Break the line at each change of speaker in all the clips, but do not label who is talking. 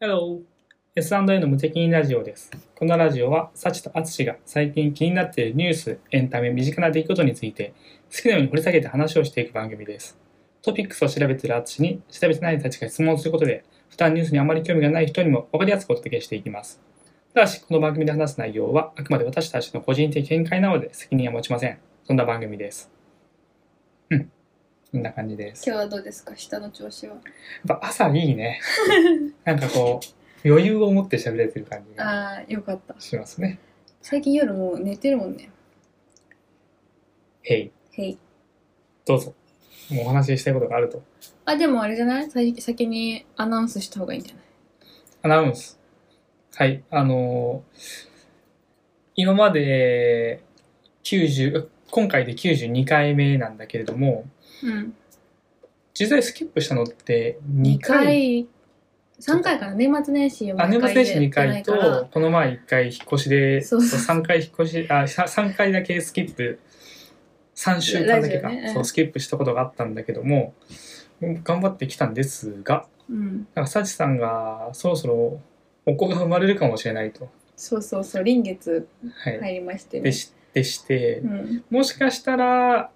Hello! S&A の無責任ラジオです。このラジオは、サチとアツシが最近気になっているニュース、エンタメ、身近な出来事について、好きなように掘り下げて話をしていく番組です。トピックスを調べているアツシに、調べてないサチが質問することで、普段ニュースにあまり興味がない人にも分かりやすくお届けしていきます。ただし、この番組で話す内容は、あくまで私たちの個人的見解なので、責任は持ちません。そんな番組です。うん。そんな感じです。
今日はどうですか下の調子は。
やっぱ朝いいね。なんかこう、余裕を持って喋れてる感じが
ああ、よかった。
しますね。
最近夜もう寝てるもんね。
へい、
へい。
どうぞ。もうお話ししたいことがあると。
あ、でもあれじゃないさい先にアナウンスした方がいいんじゃない
アナウンス。はい、あのー今まで90、今回で92回目なんだけれども、
うん。
実際スキップしたのって2
2
回。
回、3回かな年末年始を
あ、年末年始2回
やってないから
と、この前1回引っ越しで、
そうそう
3回引っ越し、あ、さ3回だけスキップ、3週間だけか、
ラジオねうん
そう、スキップしたことがあったんだけども、頑張ってきたんですが、
うん。
なんか、サチさんがそろそろお子が生まれるかもしれないと。
そうそうそう、臨月
はい。
入りましてね、
でしでして
う、ん。
もしかしたら、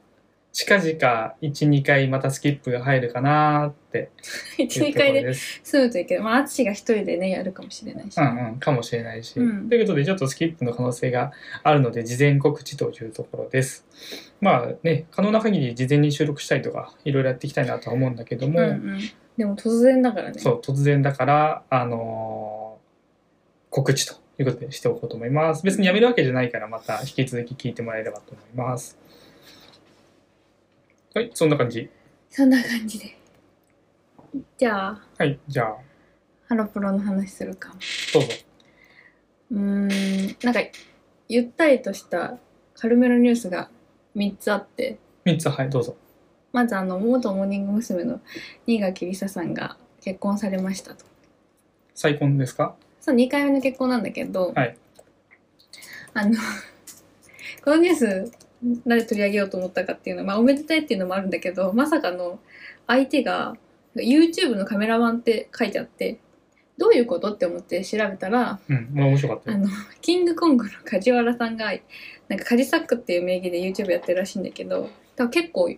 近々1、2回またスキップが入るかなーって
1、
いう
2
ところ
回で
です。
済むといいけど、まあ、淳が一人でね、やるかもしれないし、
うんうん、かもしれないし。
うん
ということで、ちょっとスキップの可能性があるので、事前告知というところです。まあね、可能な限り事前に収録したりとか、いろいろやっていきたいなとは思うんだけども、
うんうんでも突然だからね。
そう、突然だから、あのー告知ということでしておこうと思います。別にやめるわけじゃないから、また引き続き聞いてもらえればと思います。はい、そんな感じ。
そんな感じで。じゃあ、
はい、じゃあ、
ハロプロの話するか。
どうぞ。
うーんなんかゆったりとした軽めのニュースが3つあって
3つ、はい、どうぞ。
まずあの元モーニング娘。の新垣梨沙さんが結婚されましたと
再婚ですか
そう2回目の結婚なんだけど、
はい
あのこのニュースなぜ取り上げようと思ったかっていうのは、まあ、おめでたいっていうのもあるんだけどまさかの相手が YouTube のカメラマンって書いてあってどういうことって思って調べたら
うん、まあ面白かった
あ
よ。
の、キングコングの梶原さんが、なんかカジサックっていう名義で YouTube やってるらしいんだけど、多分結構、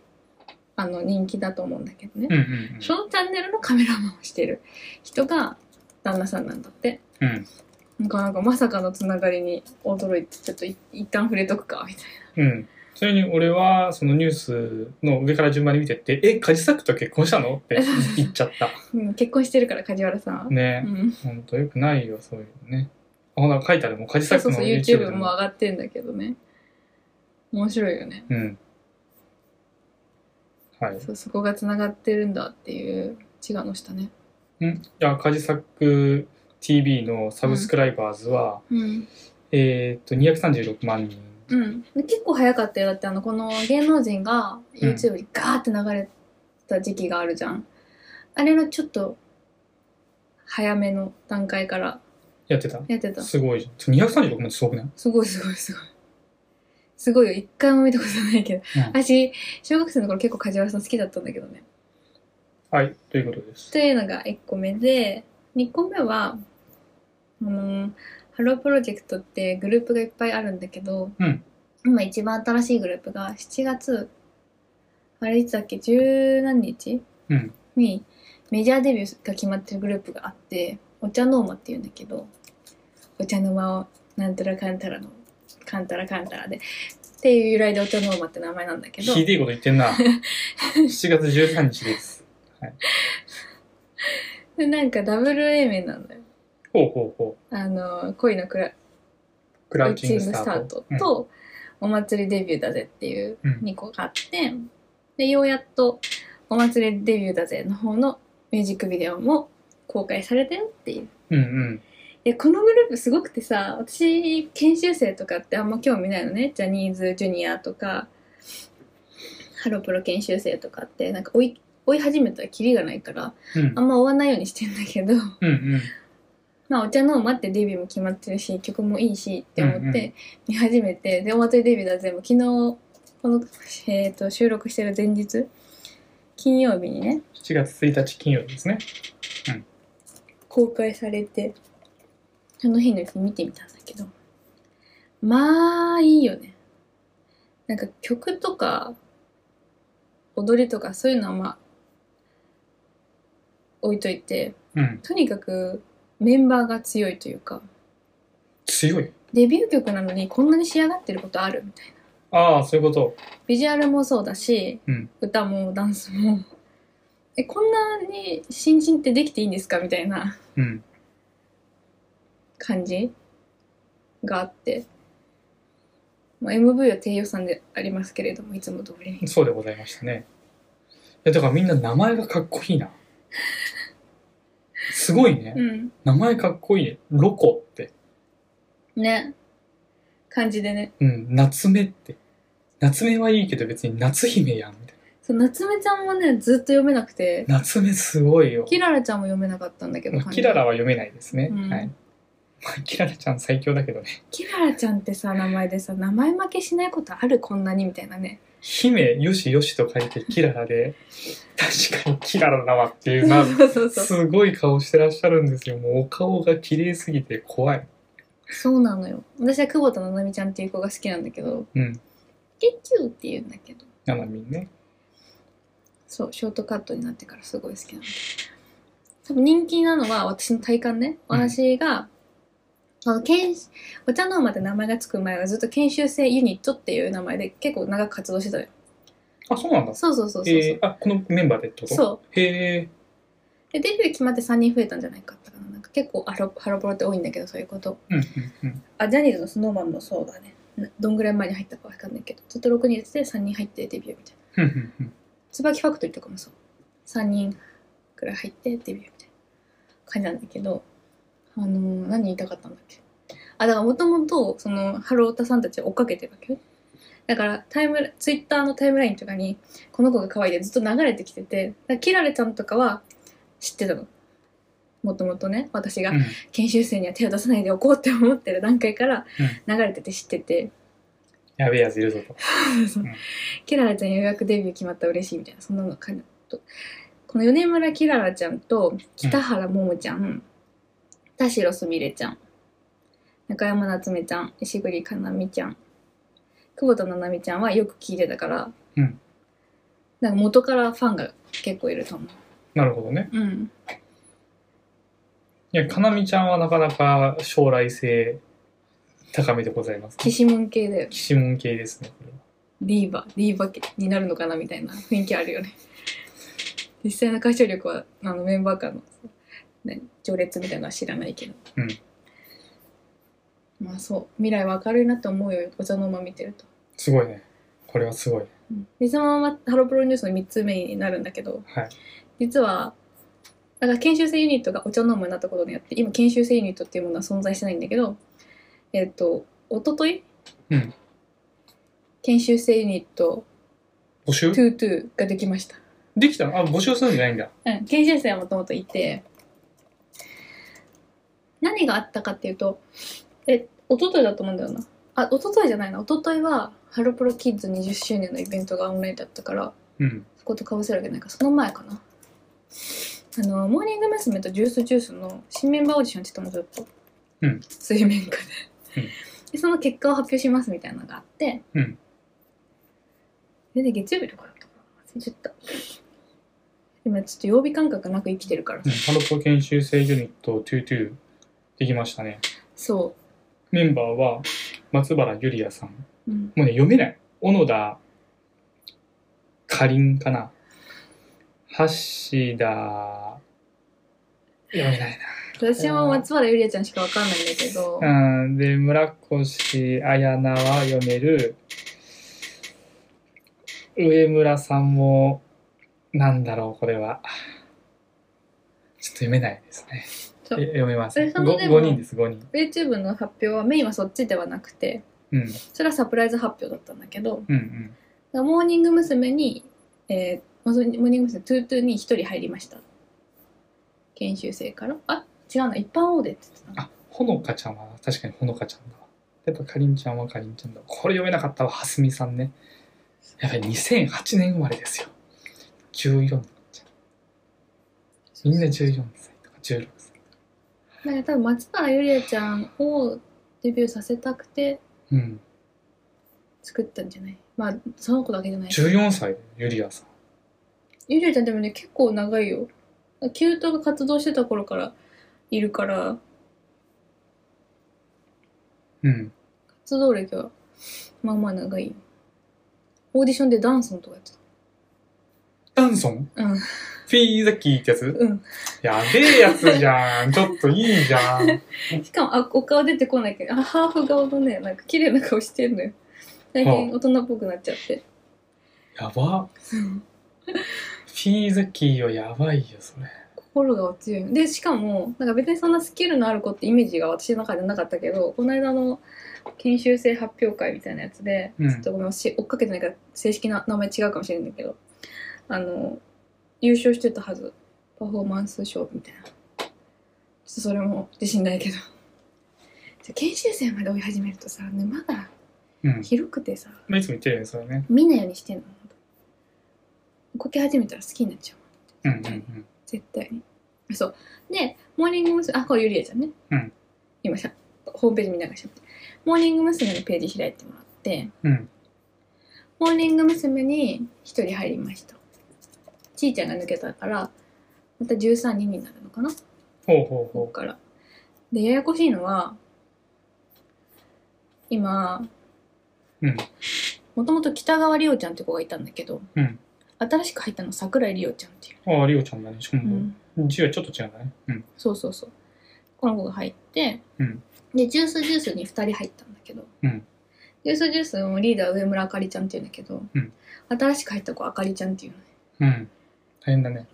あの、人気だと思うんだけどね。
うんうん
そのチャンネルのカメラマンをしてる人が旦那さんなんだって。
うん。うん
なんかなんかまさかのつながりに驚いて、ちょっとい一旦触れとくか、みたい
うん。それに俺は、そのニュースの上から順番に見てって、え、カジサックと結婚したのって言っちゃった。
な。うん、結婚してるから梶原さんは。 う
ね
ん。
ほんとよくないよ、そういうのね。あ、ほら、書いてある。もうカジ
そ
サッ
うそ
ク
う
の
そう、
YouTube で
YouTube
も
も上がってんだけどね。面白いよね。
うん。はい。
そう、そこがつながってるんだっていう、違うのしたね。
んじゃあ、カジサック TV のサブスクライバーズは、
うん。
えーっと、236万人。
うん、結構早かったよだってあのこの芸能人が YouTube にガーって流れた時期があるじゃん、あれのちょっと早めの段階から
やってた。
やってた
すごいじゃん。236万ってすごくない
すごいすごいすごいすごいよ一回も見たことないけど、
うん
私小学生の頃結構梶原さん好きだったんだけどね
はい、ということです。
というのが1個目で2個目はあのハロープロジェクトってグループがいっぱいあるんだけど、
うん
今一番新しいグループが7月あれいつだっけ十何日
うん。
にメジャーデビューが決まってるグループがあってお茶の間っていうんだけどお茶の間をなんたらかんたらのかんたらかんたらでっていう由来でお茶の間って名前なんだけど
ひでえこと言って んな。7月13日です。
でなんかダブル A 面なんだよ
ほうほうほう。
あの恋のクラ
ク
ラ
ラ
ウ
ウ
チ
チ
ン
ン
グ
グ
ス
ス
タ
タ
ー
ー
ト
ト。
と、お祭りデビューだぜっていう
うん、うん
2個があって、で、ようやっと、お祭りデビューだぜの方のミュージックビデオも公開されたよっていう。
うんうん。
で、このグループすごくてさ、私、研修生とかってあんま興味ないのね。ジャニーズジュニアとか、ハロプロ研修生とかって、なんか追い、追い始めたらキリがないから、
うん
あんま追わないようにしてんだけど、
うんうん。
まあ、お茶の間ってデビューも決まってるし曲もいいしって思っ
うんう
て見始めて、でお祭りデビューだぜもう昨日この、えー、と収録してる前日金曜日にね
7月1日金曜日ですね。
公開されて、その日のうちに見てみたんだけど、まあ、いいよね。なんか曲とか、踊りとかそういうのはまあ、置いといて、
うん。
とにかくメンバーが強いというか、
強い。
デビュー曲なのにこんなに仕上がってることあるみたいな。
ああ、そういうこと。
ビジュアルもそうだし、
うん
歌もダンスも。え、こんなに新人ってできていいんですかみたいな
うん。
感じがあって。まあ、MV は低予算でありますけれども、いつも通りに。
そうでございましたね。いや、だからみんな名前がかっこいいな。 すごいね。
うん。
名前かっこいいね。ロコって。
ね。感じでね。
うん。夏目って。夏目はいいけど別に夏姫やん。みたい
そう夏目ちゃんもね、ずっと読めなくて、
な夏目すごいよ。
キララちゃんも読めなかったんだけど、
まあ
漢字
キララは読めないですね。
うん
はい。まあ、キララちゃん最強だけどね。
キララちゃんってさ、名前でさ、名前負けしないことあるこんなにみたいなね。
姫、よしよしと書いてキララで、確かにキララだわっていう
そ
な
う、 そうそうそう。
すごい顔してらっしゃるんですよ。もうお顔が綺麗すぎて怖い。
そうなのよ。私は久保田七海ちゃんっていう子が好きなんだけど、
うん。
キューって言うんだけど、
ななみんね。
そう、ショートカットになってからすごい好きなんだけど。多分人気なのは私の体感ね。
うん
私が、あの研修お茶の間で名前がつく前はずっと研修生ユニットっていう名前で結構長く活動してたのよ。
あ、そうなんだ。
そうそうそうそうそう。
えー、あ、このメンバーでってこと
そう
へえ。
でデビュー決まって3人増えたんじゃないかったかななんか結構ハロハロプロって多いんだけどそういうこと
うんうんうん。
あジャニーズのスノーマンもそうだねなどんぐらい前に入ったかわかんないけどずっと6人で3人入ってデビューみたいな
ふんふんふん
椿ファクトリーとかもそう3人くらい入ってデビューみたいな感じなんだけどあのー何言いたかったんだっけあだからもともとそのハロータさんたちを追っかけてるわけよだからタイムツイッターのタイムラインとかにこの子が可愛いでずっと流れてきててだからキラレちゃんとかは知ってたのもともとね私が
うん
研修生には手を出さないでおこうって思ってる段階から流れてて知ってて、
やべえやついるぞと。ん
キララちゃんようやくデビュー決まった嬉しいみたいなそんなのかなとこの米村キララちゃんと北原桃ちゃん、田代すみれちゃん中山夏目ちゃん石栗かなみちゃん久保田七海ちゃんはよく聞いてたから、
うん
なんか元からファンが結構いると思
なるほどね。
ううん
いや、かなみちゃんはなかなか将来性高めでございます、
騎士門系だよ
騎士門系ですね、これは。
リーバリーバになるのかなみたいな雰囲気あるよね実際の歌唱力はあのメンバー間のね序列みたいなのは知らないけど、
うん
まあそう未来は明るいなって思うよお茶の間見てると、
すごいね。これはすごい。
でそのままハロプロニュースの3つ目になるんだけど
はい。
実はだから研修生ユニットがお茶の間になったことによって今研修生ユニットっていうものは存在してないんだけどえっ、とおととい
うん
研修生ユニット
募集
トゥートゥーができました
できたのあ、募集するんじゃないんだ。
うん、研修生はもともといて何があったかっていうとえ一昨日だと思うんだよなあ一昨日じゃないな一昨日はハロプロキッズ20周年のイベントがオンラインだったから
うん。
そことかぶせるわけないからその前かなあのモーニング娘。とジュースジュースの新メンバーオーディションって言ってたのずっと、
うん
水面下で,、
うん
でその結果を発表しますみたいなのがあって、
うん
それで月曜日とかだったかな忘れちゃった今ちょっと曜日感覚なく生きてるから、
うんハロプロ研修生ユニット22できましたね。
そ
メンバーは松原ゆりやさん。
う、うん、
もうね、読めない。小野田、かりんかな。橋田、読めない
私も松原ゆりあちゃんしかわかんないんだけど、
な。うん。で、村越綾菜は読める。上村さんも、なんだろう、これは。ちょっと読めないですね。
そう
え読めます。
それそ
5,
のでも
人です、5人。
YouTube の発表はメインはそっちではなくて
うん。
それはサプライズ発表だったんだけど、
うんうん。
モーニング娘。に、えー、モーニング娘。トゥートゥーに一人入りました。研修生から。あ違うな、一般オーデーって言ってたな。
あ、ほのかちゃんは、確かにほのかちゃんだわ。やっぱかりんちゃんはかりんちゃんだわ。これ読めなかったわ、はすみさんね。やっぱり2008年生まれですよ。14になっちゃう。みんな14歳とか16歳とか。
だから多分松原ゆりやちゃんをデビューさせたくて
うん。
作ったんじゃないまあその子だけじゃない
14歳、ユリアさん。
ゆりやちゃんでもね結構長いよキュートが活動してた頃からいるから
うん。
活動歴はまあまあ長いよオーディションでダンソンとかやって
ダンソン
たうん
フィーザキーってやつ
うん
やべえやつじゃん。ちょっといいじゃん。
しかもあお顔出てこないけどあハーフ顔のねなんか綺麗な顔してんのよ最近大人っぽくなっちゃって
やば。フィーザキーはやばいよ、それ。
心が強いのでしかもなんか別にそんなスキルのある子ってイメージが私の中でなかったけどこの間の研修生発表会みたいなやつで、
うん
ちょっとごめんし追っかけてないから正式な名前違うかもしれないんだけどあの優勝してたはずパフォーマンス賞みたいなちょっとそれも自信ないけどじゃ研修生まで追い始めるとさ沼が
うん。
広くてさ
まあいつも言ってるよね、それね。
見ないようにしてんのこけ始めたら好きになっちゃう
うんうん
絶対にそうでモーニング娘。あこれゆりえちゃんね、
うん
今さホームページ見ながらしゃってモーニング娘。のページ開いてもらって
うん。うん。
モーニング娘。に一人入りましたちーちゃんが抜けたからまた13人になるのかな
ほうほう
ここ
ほ
からでややこしいのは今
う。うん。
もともと北川りおちゃんって子がいたんだけど、
うん
新しく入ったの桜井りおちゃんっていう、
ああ、リオちゃんだね。しかも、字はちょっと違うんだね。うん。
そうそうそうこの子が入って、
うん
でジュースジュースに2人入ったんだけど、
うん
ジュースジュースのリーダー上村あかりちゃんっていうんだけど、
うん
新しく入った子あかりちゃんっていうのね
うん。大変だね。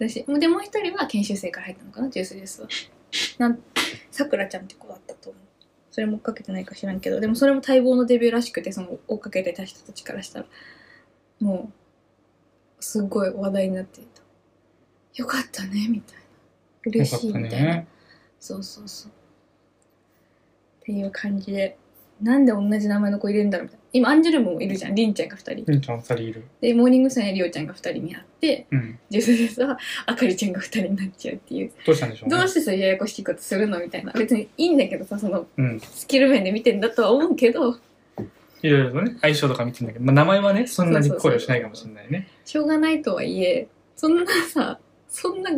だしでもう一人は研修生から入ったのかなジュースジュースはなんさくらちゃんって子だったと思うそれも追っかけてないか知らんけどでもそれも待望のデビューらしくてその追っかけてた人たちからしたらもうすごい話題になっていたよかったねみたいな
よ
嬉
かっ
しい
た
みたいな、
ね。
そうそうそう。っていう感じで、なんで同じ名前の子入れるんだろうみたいな。今、アンジュルムもいるじゃん。りんちゃんが2人。
リオちゃんあっさりいる。
で、モーニングさんやりおちゃんが2人にあって、
うん。
ジュースジュースはあかりちゃんが2人になっちゃうっていう。
どうしたんでしょうね。
どうしてそういうややこしいことするのみたいな。別にいいんだけどさ、その
うん。
スキル面で見てんだとは思うけど、
いろいろとね、相性とか見てんだけど、まあ、名前はね、そんなに考慮しないかもしれないね。
しょうがないとはいえ、そんなさ、そんな、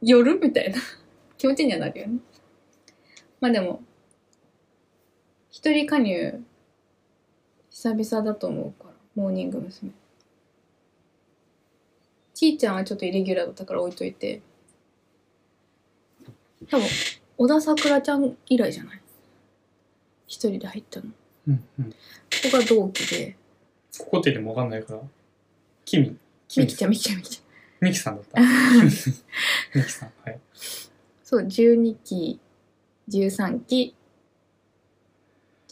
夜みたいな 気持ちにはなるよね。まあでも、一人加入、久々だと思うから、モーニング娘。ちーちゃんはちょっとイレギュラーだったから置いといて、多分、小田さくらちゃん以来じゃない一人で入ったの。こ
うんうん。
こが同期で、
ここってでもわかんないから。キミ。キ
み
ミ
きちゃんみきちゃんみきちゃん。
ミキさんだった。ミキさん。はい。
そう、12期、13期、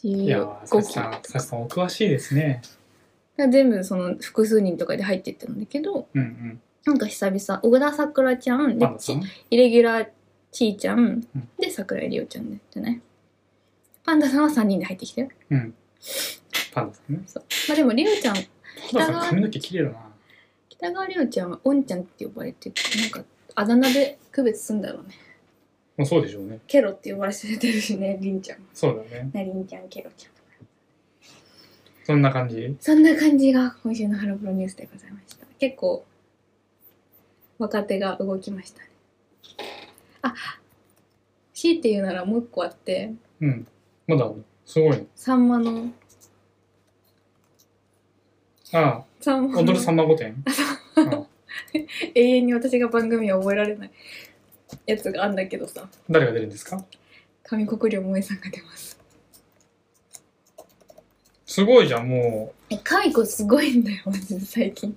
いや
15
ー、サシ
期と
さん、サ
か。
シさんお詳しいですね。
全部その複数人とかで入ってったんだけど、
うん
なんか久々、小倉さくらちゃん、
うん。
で
パンダさ
ち
ん
イレギュラーちーちゃん
うん、
で、桜井りおちゃんで、じゃないパンダさんは3人で入ってきたよ。
うん。パンダさんね。
まあでも、りおちゃん、
パンダ
北
さん
川
髪の毛綺麗だな。
北川りおちゃんはおんちゃんって呼ばれてて、なんか、あだ名で区別すんだろうね。
まあそうでしょうね。
ケロって呼ばれてるしね、りんちゃんも。
そうだね。
なりんちゃん、ケロちゃん。
そんな感じ
そんな感じが今週のハロプロニュースでございました。結構、若手が動きましたね。あ、強いて言うならもう一個あって、
うん。まだある、すごいね。
さんまの、
あ
さん
あ、
ま
踊るさ
の、
んま 御殿。うん
永遠に私が番組を覚えられないやつがあんだけどさ、
誰が出るんですか
上国良萌さんが出ます。
すごいじゃん、も。
え、解雇すごいんだよ、マジで最近。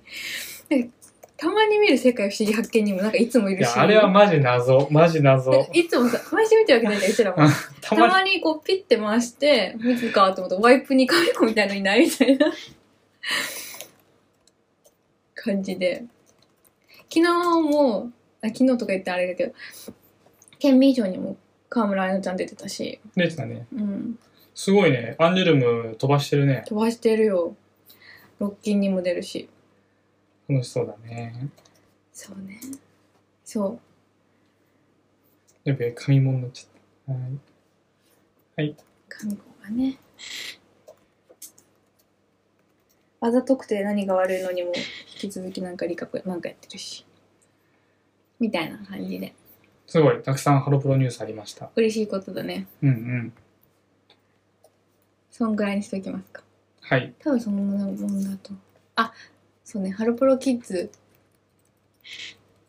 なんかたまに見る世界不思議発見にもなんかいつもいう
い
るし。
や、あれはマジ謎。マジ 謎。
なんかいつもさ、毎週見てるわけないじゃん、うちらも。
た
た
まに
まにこうピッて回して、見つかと思って、ワイプに紙子みたいのいないみたいな感じで。昨日も、あ昨日とか言ってあれだけど、県民賞にも河村彩乃ちゃん出てたし、
出てたね。
うん、
すごいね。アンジュルム飛ばしてるね。
飛ばしてるよ。ロッキンにも出るし。
楽しそうだね。
そうね。そう。
やべえ、紙物になっちゃった。はい。はい。
韓国はねあざとくて何が悪いのにも引き続きなんか理科なんかやってるしみたいな感じです
ごい、たくさんハロプロニュースありました。
嬉しいことだね
うんうん。
そんぐらいにしておきますか
はい。
多分そんなもんだとあそうねハロプロキッズ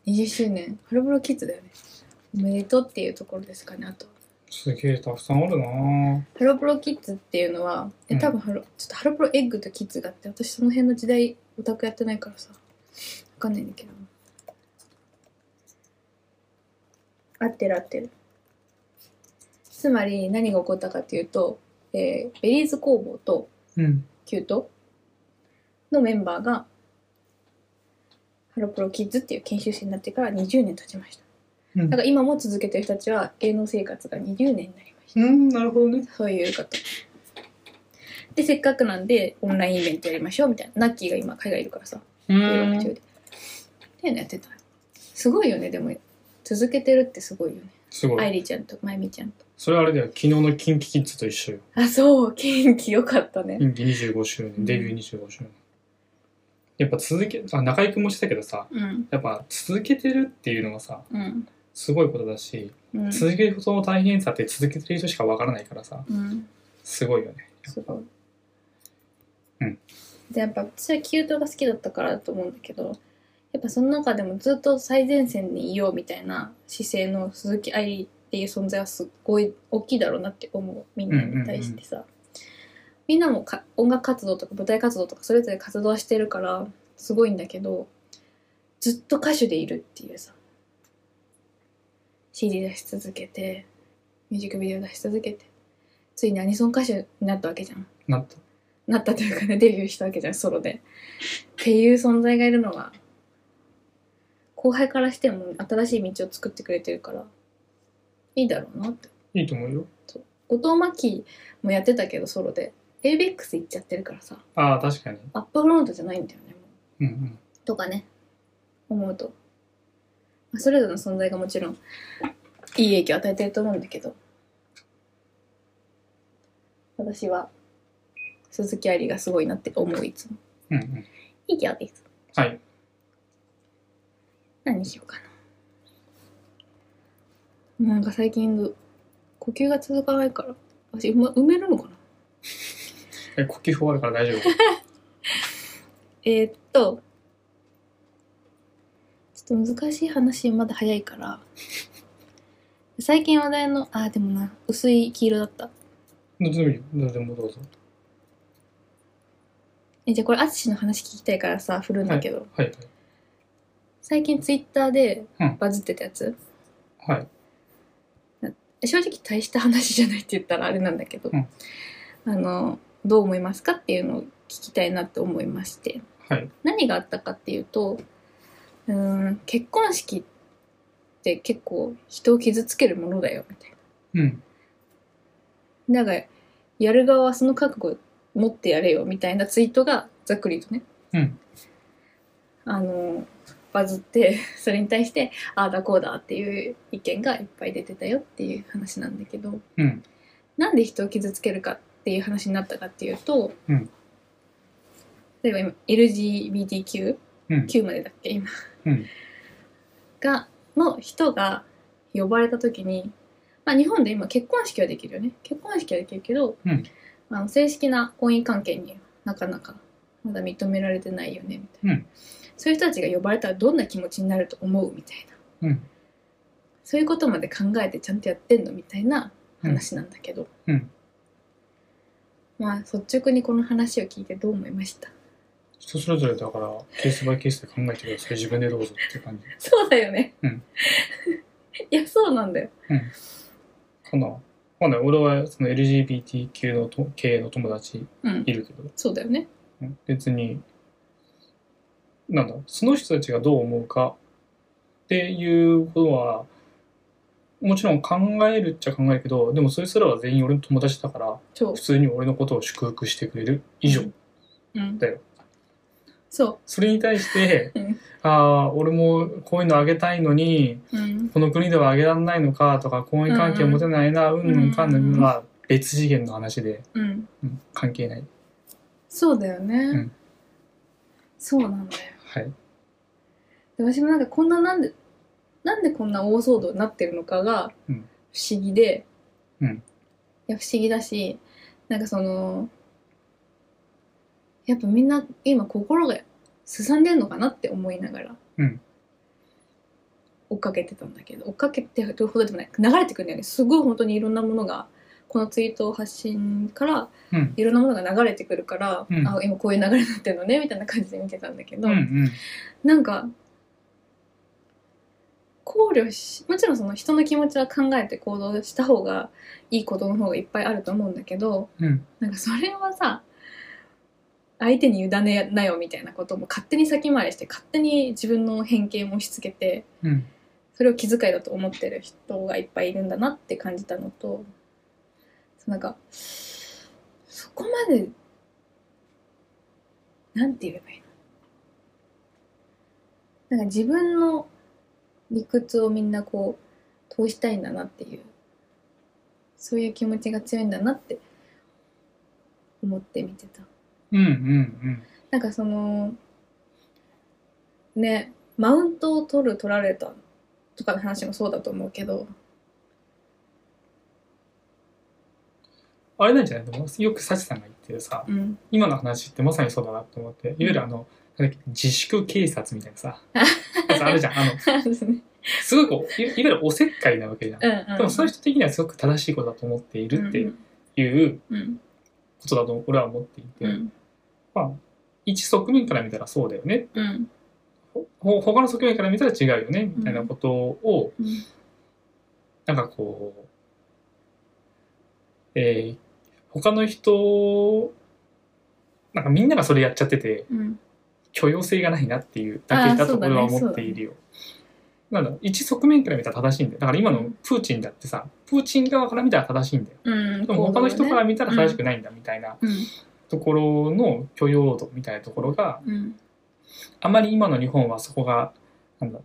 20周年ハロプロキッズだよねおめでとうっていうところですかねあと
すげえ、たくさんあるなぁ。
ハロプロキッズっていうのはえ
うん
多分ハロ、ちょっとハロプロエッグとキッズがあって私その辺の時代オタクやってないからさわかんないんだけど合ってる合ってるつまり何が起こったかっていうと、えーベリーズ工房と
うん。
キュートのメンバーがハロプロキッズっていう研修生になってから20年経ちました
うん
だから今も続けてる人たちは芸能生活が20年になりました
うん、なるほどね。
そういうこと。で、せっかくなんで、オンラインイベントやりましょうみたいな。ナッキーが今、海外いるからさ、
う
留学中
ん。
で。っていうのやってた。すごいよね、でも、続けてるってすごいよね。
すご
愛
い。
梨ちゃんと、まゆみちゃんと。
それあれだよ、昨日のキンキキッズと一緒よ。
あ、そう、元気よかったね。
近畿25周年、デビュー25周年。やっぱ続け、あ、中居君もしてたけどさ、
うん、
やっぱ続けてるっていうのがさ、
うん、
すごいことだし、
うん。
続けることの大変さって続けてる人しかわからないからさ、
うん、
すごいよね。
すごい。
うん
で、やっぱ、私はキュートが好きだったからだと思うんだけど、やっぱその中でもずっと最前線にいようみたいな姿勢の鈴木愛理っていう存在はすっごい大きいだろうなって思うみんなに対してさ、みんなもか音楽活動とか舞台活動とかそれぞれ活動はしてるからすごいんだけどずっと歌手でいるっていうさ CD 出し続けてミュージックビデオ出し続けてついにアニソン歌手になったわけじゃん
なった。
なったというかねデビューしたわけじゃんソロで。っていう存在がいるのは後輩からしても新しい道を作ってくれてるからいいだろうなって
いいと思うよ。
後藤真希もやってたけどソロで ABEX 行っちゃってるからさ
ああ、確かに。
アップフロントじゃないんだよねも
うんうん。
うとかね思うと、まあ、それぞれの存在がもちろんいい影響を与えてると思うんだけど私は鈴木愛理がすごいなって思ういつも。
うんうん。
以上です。
はい。
何にしようかな。もうなんか最近、呼吸が続かないから。私、うま、埋めるのかな
え、呼吸法あるから大 丈夫。
えー、っと、ちょっと難しい話、まだ早いから。最近話題の、あー、でもな、薄い黄色だった。
どうでもいいよ。どうでもどうぞ。
え、じゃあこれ、アツシの話聞きたいからさ、振るんだけど。
はい
最近ツイッターで
うん
バズってたやつ、
はい。はい。
正直大した話じゃないって言ったらあれなんだけど、
うん
あのどう思いますかっていうのを聞きたいなと思いまして
はい。
何があったかっていうとうーん結婚式って結構人を傷つけるものだよみたい
うん。
ななんかやる側はその覚悟持ってやれよみたいなツイートがざっくりとね
うん。
あのバズって それに対してああだこうだっていう意見がいっぱい出てたよっていう話なんだけど。
うん。
なんで人を傷つけるかっていう話になったかっていうと、
うん
例えば今 LGBTQ9
うん。
までだっけ今、
うん
がの人が呼ばれた時に、まあ、日本で今結婚式はできるよね結婚式はできるけど、
うん
あの正式な婚姻関係になかなかまだ認められてないよねみたいな、
うん
そういう人たちが呼ばれたらどんな気持ちになると思うみたいな
うん。
そういうことまで考えてちゃんとやってんのみたいな話なんだけど、
うん
まあ率直にこの話を聞いてどう思いました
人それぞれだから、ケースバイケースで考えてください。自分でどうぞっていう感じ。
そうだよね、
うん
いやそうなんだよ
かな。まあね、俺はその LGBTQ のと系の友達
うん
いるけど、
そうだよね
うん別に、なんだろう、その人たちがどう思うかっていうことは、もちろん考えるっちゃ考えるけど、でもそれすらは全員俺の友達だから、
そう
普通に俺のことを祝福してくれる以上
うん
だよ。
そ
それに対して
うん、
ああ、俺もこういうのあげたいのに、
う。うん。
この国ではあげられないのかとか、婚姻関係持てないな、うん
ん
うんかんぬんは別次元の話で、
うん。
うん関係ない。
そうだよね。
ん
そうなんだよ。
はい。
で私もなんかこんななんで、なんでこんな大騒動になってるのかが
う
不
ん
思議で、
うん
いや不思議だし、なんかその、やっぱみんな今心がすさんでんのかなって思いながら、
うん
追っかけてたんだけど、追っかけてるほどでもない、流れてくるんだよね。すごい本当にいろんなものが、このツイート発信から
うん。
いろんなものが流れてくるから、
うん
あ今こういう流れになってるのねみたいな感じで見てたんだけ
う
ど、
んうん。
なんか考慮しもちろんその人の気持ちは考えて行動した方がいいことの方がいっぱいあると思うんだけど
うん。
なんかそれはさ相手に委ねなよみたいなことも勝手に先回りして勝手に自分の偏見も押し付けて
うん。
それを気遣いだと思ってる人がいっぱいいるんだなって感じたのとなんかそこまでなんて言えばいいのなんか自分の理屈をみんなこう通したいんだなっていうそういう気持ちが強いんだなって思って見てた。
うんうんうん。
なんかそのねマウントを取る取られたとかの話もそうだと思うけど
あれなんじゃないでもよくサチさんが言ってるさ、
うん
今の話ってまさにそうだなと思って、いわゆるあの、なんだっけ自粛警察みたいな さ、やつあるじゃん。あの、
そうですね
すごいこう、いいわゆるおせっかいなわけじゃん。
う
で
んうん
もその人的にはすごく正しいことだと思っているって
うん
いう
うん
ことだと俺は思っていて、
うん
まあ、一側面から見たらそうだよね。
うん
ほほ他の側面から見たら違うよね、みたいなことを、
うん
なんかこう、えー他の人、なんかみんながそれやっちゃってて、
うん
許容性がないなっていうだけだと
あーそうだ
俺
ね
は思っているよ。なんだろう一側面から見たら正しいんだよ。だから今のプーチンだってさ、プーチン側から見たら正しいんだよ。
うん
でも他の人から
見
見たら正しくないんだみたいな
うん
ところの許容度みたいなところが、
うん
あまり今の日本はそこが、なんだろう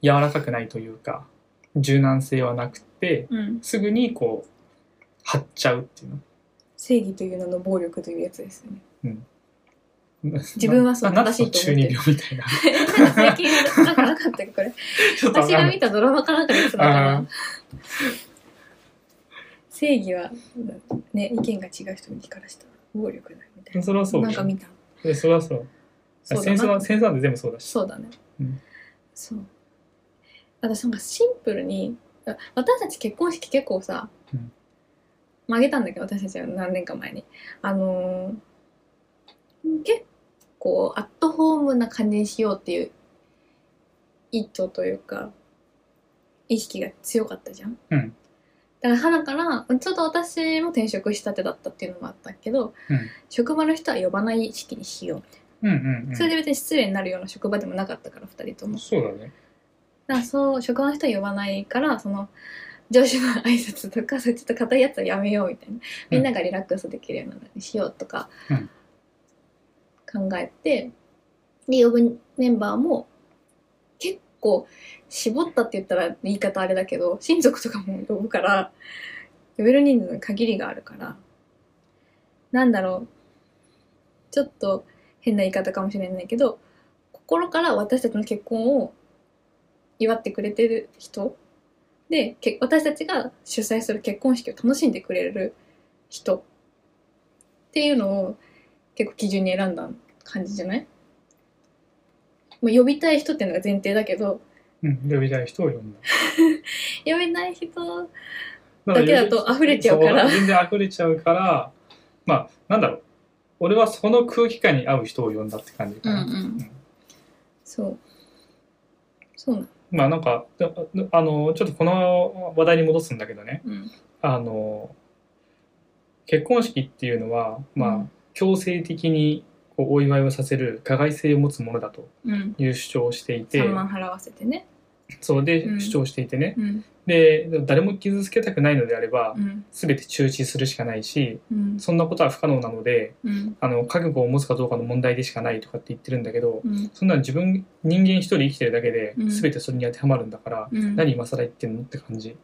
柔らかくないというか、柔軟性はなくて、
うん
すぐにこう、張っちゃうっていうの。
正義という名の暴力というやつですよね
自
分はそう
正
正しいと思
中二
って
病み
る
たいな。
最近なんかなかったっけこれ
ちょっとわ
私
かん
が
ない
見たドラマかなんかのやつだか
あー
ら正義はね意見が違う人にからしたら暴力だみたいな
それはそうだ
な
よ
んか見た
でそれはそう。
そう
戦
だ
争
な
は、戦争なんて全部そうだし。
そうだね、
うん
そう私なんかシンプルにあ私たち結婚式結構さ、
うん
曲げたんだけど私たちは何年か前にあのー結構アットホームな感じにしようっていう一丁というか意識が強かったじゃん、
うん
だから花からちょっと私も転職したてだったっていうのもあったけど、
うん
職場の人は呼ばない式にしよ
う
う
んうんうん。
それで別に失礼になるような職場でもなかったから2人とも
そうだね。
だからそう職場の人は呼ばないからその上司の挨拶とかそう いうちょっと硬いやつはやめようみたいなみんながリラックスできるようなのにしようとか
うん
考えてで呼ぶメンバーも結構絞ったって言ったら言い方あれだけど親族とかも呼ぶから呼べる人数に限りがあるからなんだろうちょっと変な言い方かもしれないけど心から私たちの結婚を祝ってくれてる人でけ私たちが主催する結婚式を楽しんでくれる人っていうのを結構基準に選んだ感じじゃないもう呼びたい人っていうのが前提だけど
うん。呼びたい人を呼んだ。
呼べない人
だ
だけだと溢れちゃうから
そ全然溢れちゃうから、まあ、なんだろう。俺はその空気感に合う人を呼んだって感じかな。
うんうんそうそうなの
まあなんか、ああの、ちょっとこの話題に戻すんだけどね。
うん
あの、結婚式っていうのは、まあ、
うん
強制的にこうお祝いをさせる加害性を持つものだと
うん
いう主張をしていて、
3万払わせてね
そうで
うん
主張していてね、
うん
で誰も傷つけたくないのであれば、
うん
全て中止するしかないし
うん
そんなことは不可能なので
うん
あの覚悟を持つかどうかの問題でしかないとかって言ってるんだけど
うん
そんなの自分人間一人生きてるだけで
うん
全てそれに当てはまるんだから、
うん
何今更言ってんのって感じ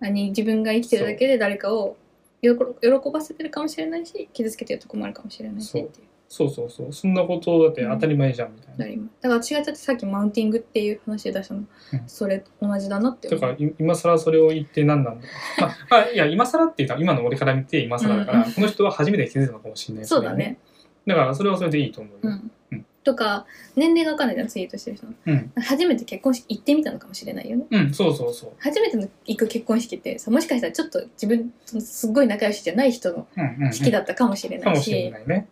何自分が生きてるだけで誰かを喜喜ばせてるかもしれないし傷つけてるとこもあるかもしれないしって
そう
いう
そうそうそうそんなことだって当たり前じゃんみたいな、
なりますだから違っちゃってさっきマウンティングっていう話で出したの、
うん
それ同じだなって
だか
思
ら
う
い今更それを言って何なんだ ろう、まあ、あいや今更って言ったら今の俺から見て今更だから、
うん
この人は初めて気づいたのかもしれない
そうだね
それはねだからそれはそれでいいと思う
う
よ、
ん、
うん
とか年齢がわかんないじゃんツイートしてる人の
うん、うん
初めて結婚式行ってみたのかもしれないよね
そうそうそう
初めての行く結婚式ってさもしかしたらちょっと自分そのすっごい仲良しじゃない人の
うんうん、うん、
式だったかもしれ
か
な
も
い
しれ
し、
ないね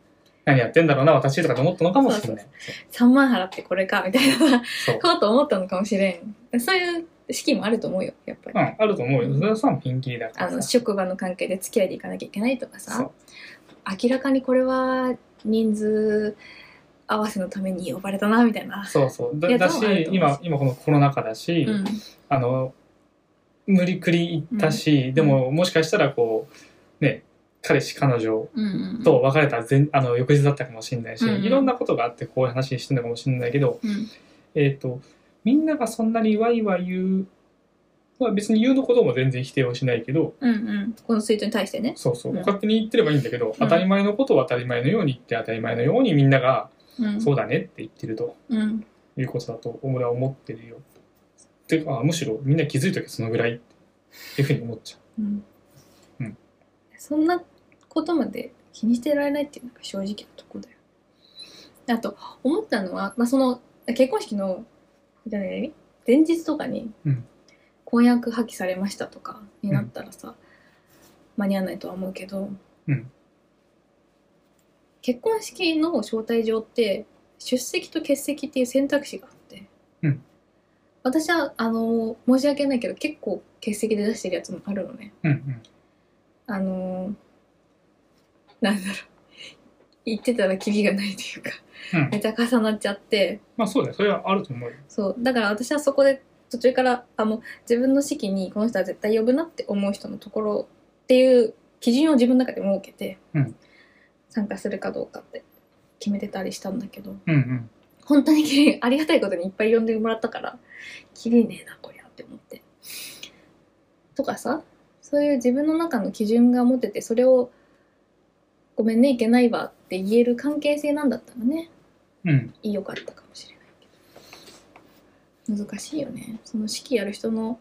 何やってんだろうな私とかと思ったのかもしれない
3万払ってこれかみたいな
そう
こうと思ったのかもしれんそういう式もあると思うよやっぱり、
うんあると思うよそれはさピンキリだか
あ
ら
の
さ
職場の関係で付き合いで行かなきゃいけないとか
そ
さ
う
明らかにこれは人数合わせのために呼ばれたなみたいな。
そうそう
い
だ
や
だ
多分ある
し
と思う
今今このコロナ禍だし、
うん
あの無理くり行ったし、でももしかしたらこうね彼氏彼女
うんうん、
と別れた前あの翌日だったかもしれないし、
うんうん
いろんなことがあってこういう話してるのかもしれないけど、
うん
えー、とみんながそんなにワイワイ言う、まあ、別に言うのことも全然否定はしないけど
うんうん、このツイートに対してね。
そうそう、
うん
勝手に言ってればいいんだけど、当たり前のことを当たり前のように言って当たり前のようにみんなが
うん
そうだねって言ってると
うん
いうことだと俺は思ってるよ。てかあむしろみんな気づいたけどそのぐらいっていうふうに思っちゃ
うん
うん
そんなことまで気にしてられないっていうのが正直なとこだよ。あと思ったのは、まあ、その結婚式のじゃない前日とかに
うん
婚約破棄されましたとかになったらさ、間に合わないとは思うけど、
うん
結婚式の招待状って出席と欠席っていう選択肢があって、
うん
私はあの申し訳ないけど結構欠席で出してるやつもあるのね。
う。うん
あのーなんだろう言ってたらキリがないというか
うんうん
め、ちゃ重なっちゃって
まあそうだよそれはあると思うよ。
そうだから私はそこで途中からあの自分の式にこの人は絶対呼ぶなって思う人のところっていう基準を自分の中で設けて、
うん
参加するかどうかって決めてたりしたんだけど
うんうん
本当にキリありがたいことにいっぱい呼んでもらったからキリねえなこりゃって思って。とかさそういう自分の中の基準が持ててそれを「ごめんねいけないわ」って言える関係性なんだったらね
うん
良かったかもしれないけど難しいよねその式やる人の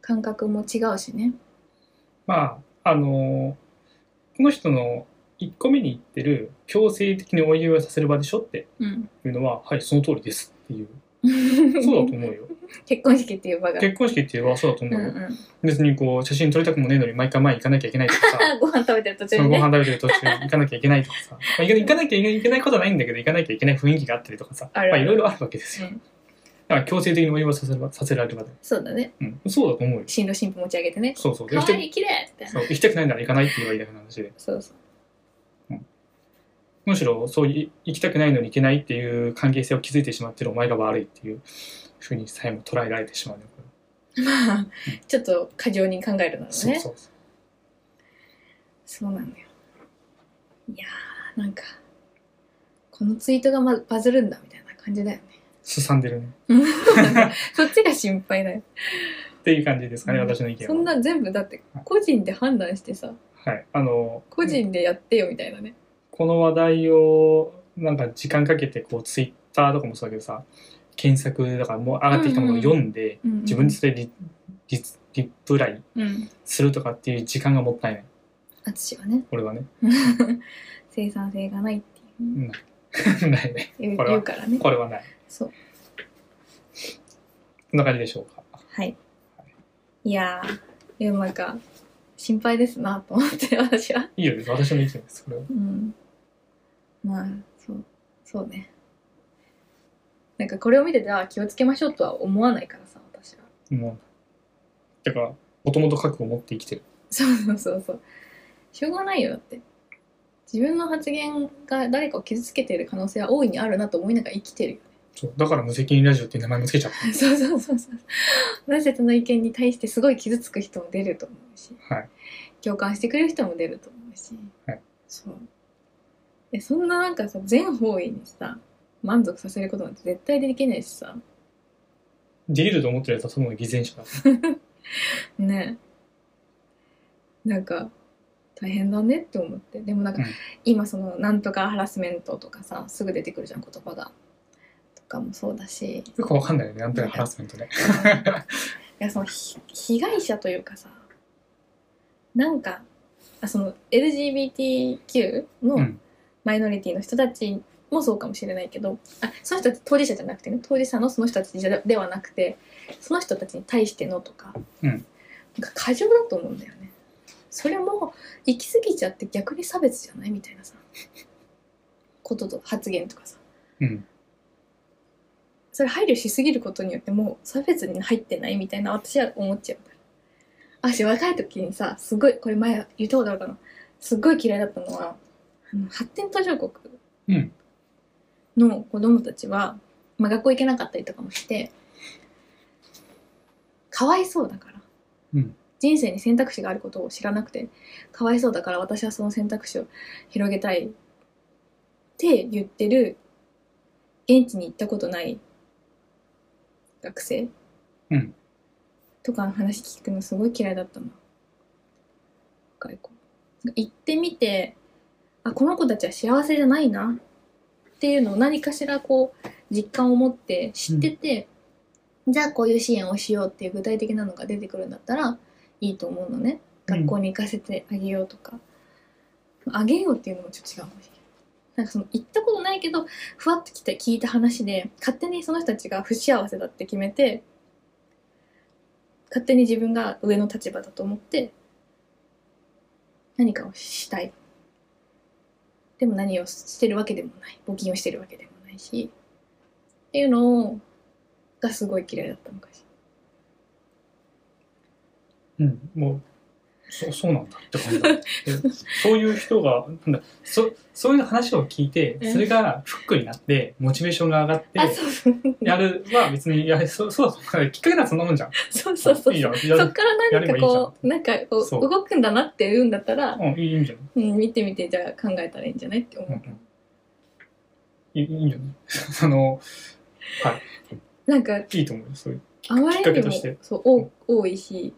感覚も違うしね
まああのーこの人の1個目に言ってる強制的にお祝いさせる場でしょって
うん
いうのははいその通りですっていうそうだと思うよ
結婚式っていう場が
結婚式っていうのはそうだと
う
思
ん
う
う
よ、
ん
別にこう写真撮りたくもねえのに毎回前行かなきゃいけないとか さ
ご飯食べてる途
そ
中
の
に
ご飯食
ね
べてる途中行かなきゃいけないとか さ、まあ、行か行かなきゃいけないことはないんだけど行かなきゃいけない雰囲気があったりとかさ
ある
まあいろいろあるわけですよ
うん
だから強制的にお祝いさせる場させられる場で、
そうだね
うん、そうだと思うよ
新郎新婦持ち上げてね
そうそう
可
行きた
愛い綺麗って
そう行きたくないなら行かないって言えばいいだけの話で
そうそう
むしろそうい行きたくないのに行けないっていう関係性を築いてしまってるお前が悪いっていうふうにさえも捉えられてしまうね。こ
まあちょっと過剰に考える
れ
なら
そう
ね
そうそ
そうなんだよいやーなんかこのツイートがまバズるんだみたいな感じだよね
う。すさんでるね。
そっちが心配だよ
っていう感じですかね、私の意見は。
そんな全部だって個人で判断してさ
はい。あの、
個人でやってよみたいなね
この話題をなんか時間かけてこうツイッターとかもそうだけどさ、検索だからもう上がってきたものを読んで、自分でそれリリリプライ
うん
するとかっていう時間がもったいない。
淳はね
俺はね。
生産性がないっていう
ないないね。
言う
これは
言うからね
これはない。
そう
こんな感じでしょうか。
はいいやーでもなんか心配ですなと思って私は、
いいよね。私の意見です。これは。
うん、まあそうそうねなんかこれを見てじゃあ気をつけましょうとは思わないからさ私は
もう、だから、もともと覚悟を持って生きてる。
そうそうそうそう。しょうがないよだって。自分の発言が誰かを傷つけてる可能性は大いにあるなと思いながら生きてるよね。
そうだから無責任ラジオっていう名前もつけちゃっ
そうそうそうそう。私たちの意見に対してすごい傷つく人も出ると思うし、
た。はい。
共感してくれる人も出ると思うし、
はい
そう。え、そんななんかさ、全方位にさ、満足させることなんて絶対できないしさ、
できると思ってるやつはその偽善者だ。
ねなんか、大変だねって思って。でもなんか、
うん
今その、なんとかハラスメントとかさ、すぐ出てくるじゃん、言葉が。とかもそうだし、
よくわかんないよね。なんとなくハラスメン トね。
いやそのひ被害者というかさなんかあその LGBTQ
う
の
ん。
マイノリティの人たちもそうかもしれないけど、あその人たち当事者じゃなくてね当事者のその人たちじゃではなくてその人たちに対してのとか,、
うん
なんか過剰だと思うんだよね。それも行き過ぎちゃって逆に差別じゃないみたいなさことと発言とかさ
うん。
それ配慮しすぎることによってもう差別に入ってないみたいな私は思っちゃうから私若い時にさすごいこれ前言ったことあるかなすっごい嫌いだったのはあの発展途上国
うん。
の子供たちは、まあ、学校行けなかったりとかもしてかわいそうだから、
うん
人生に選択肢があることを知らなくてかわいそうだから私はその選択肢を広げたいって言ってる現地に行ったことない学生、
うん
とかの話聞くのすごい嫌いだったの若い子行ってみてあこの子たちは幸せじゃないなっていうのを何かしらこう実感を持って知ってて、じゃあこういう支援をしようっていう具体的なのが出てくるんだったらいいと思うのね
うん
学校に行かせてあげようとか、あげようっていうのもちょっと違うかもしれないなんかその行ったことないけどふわっときた聞いた話で勝手にその人たちが不幸せだって決めて勝手に自分が上の立場だと思って何かをしたいでも何をしてるわけでもない募金をしてるわけでもないしっていうのをがすごい嫌いだった昔
うん。もう、そそうなんだって感 じだ。でそういう人が、なんだ、そ、そういう話を聞いて、それがフックになって、モチベーションが上がっ
あ
て、
そうそう
やるは別に、いや、そう、そうだと思う、きっかけならそんなもんじゃん。
そうそうそう
いい
そ
よ、や
っ
る。
から何かこうなんかこう
そう
動くんだなって言うんだったら、
うん、いいいいんじゃない
うん、見てみてじゃあ考えたらいいんじゃないって思う、
うんいいいいん じゃないその、
なんか
いいと思うよ、そういう。
あまり
きっかけ
に
と
も
して
そう多多いし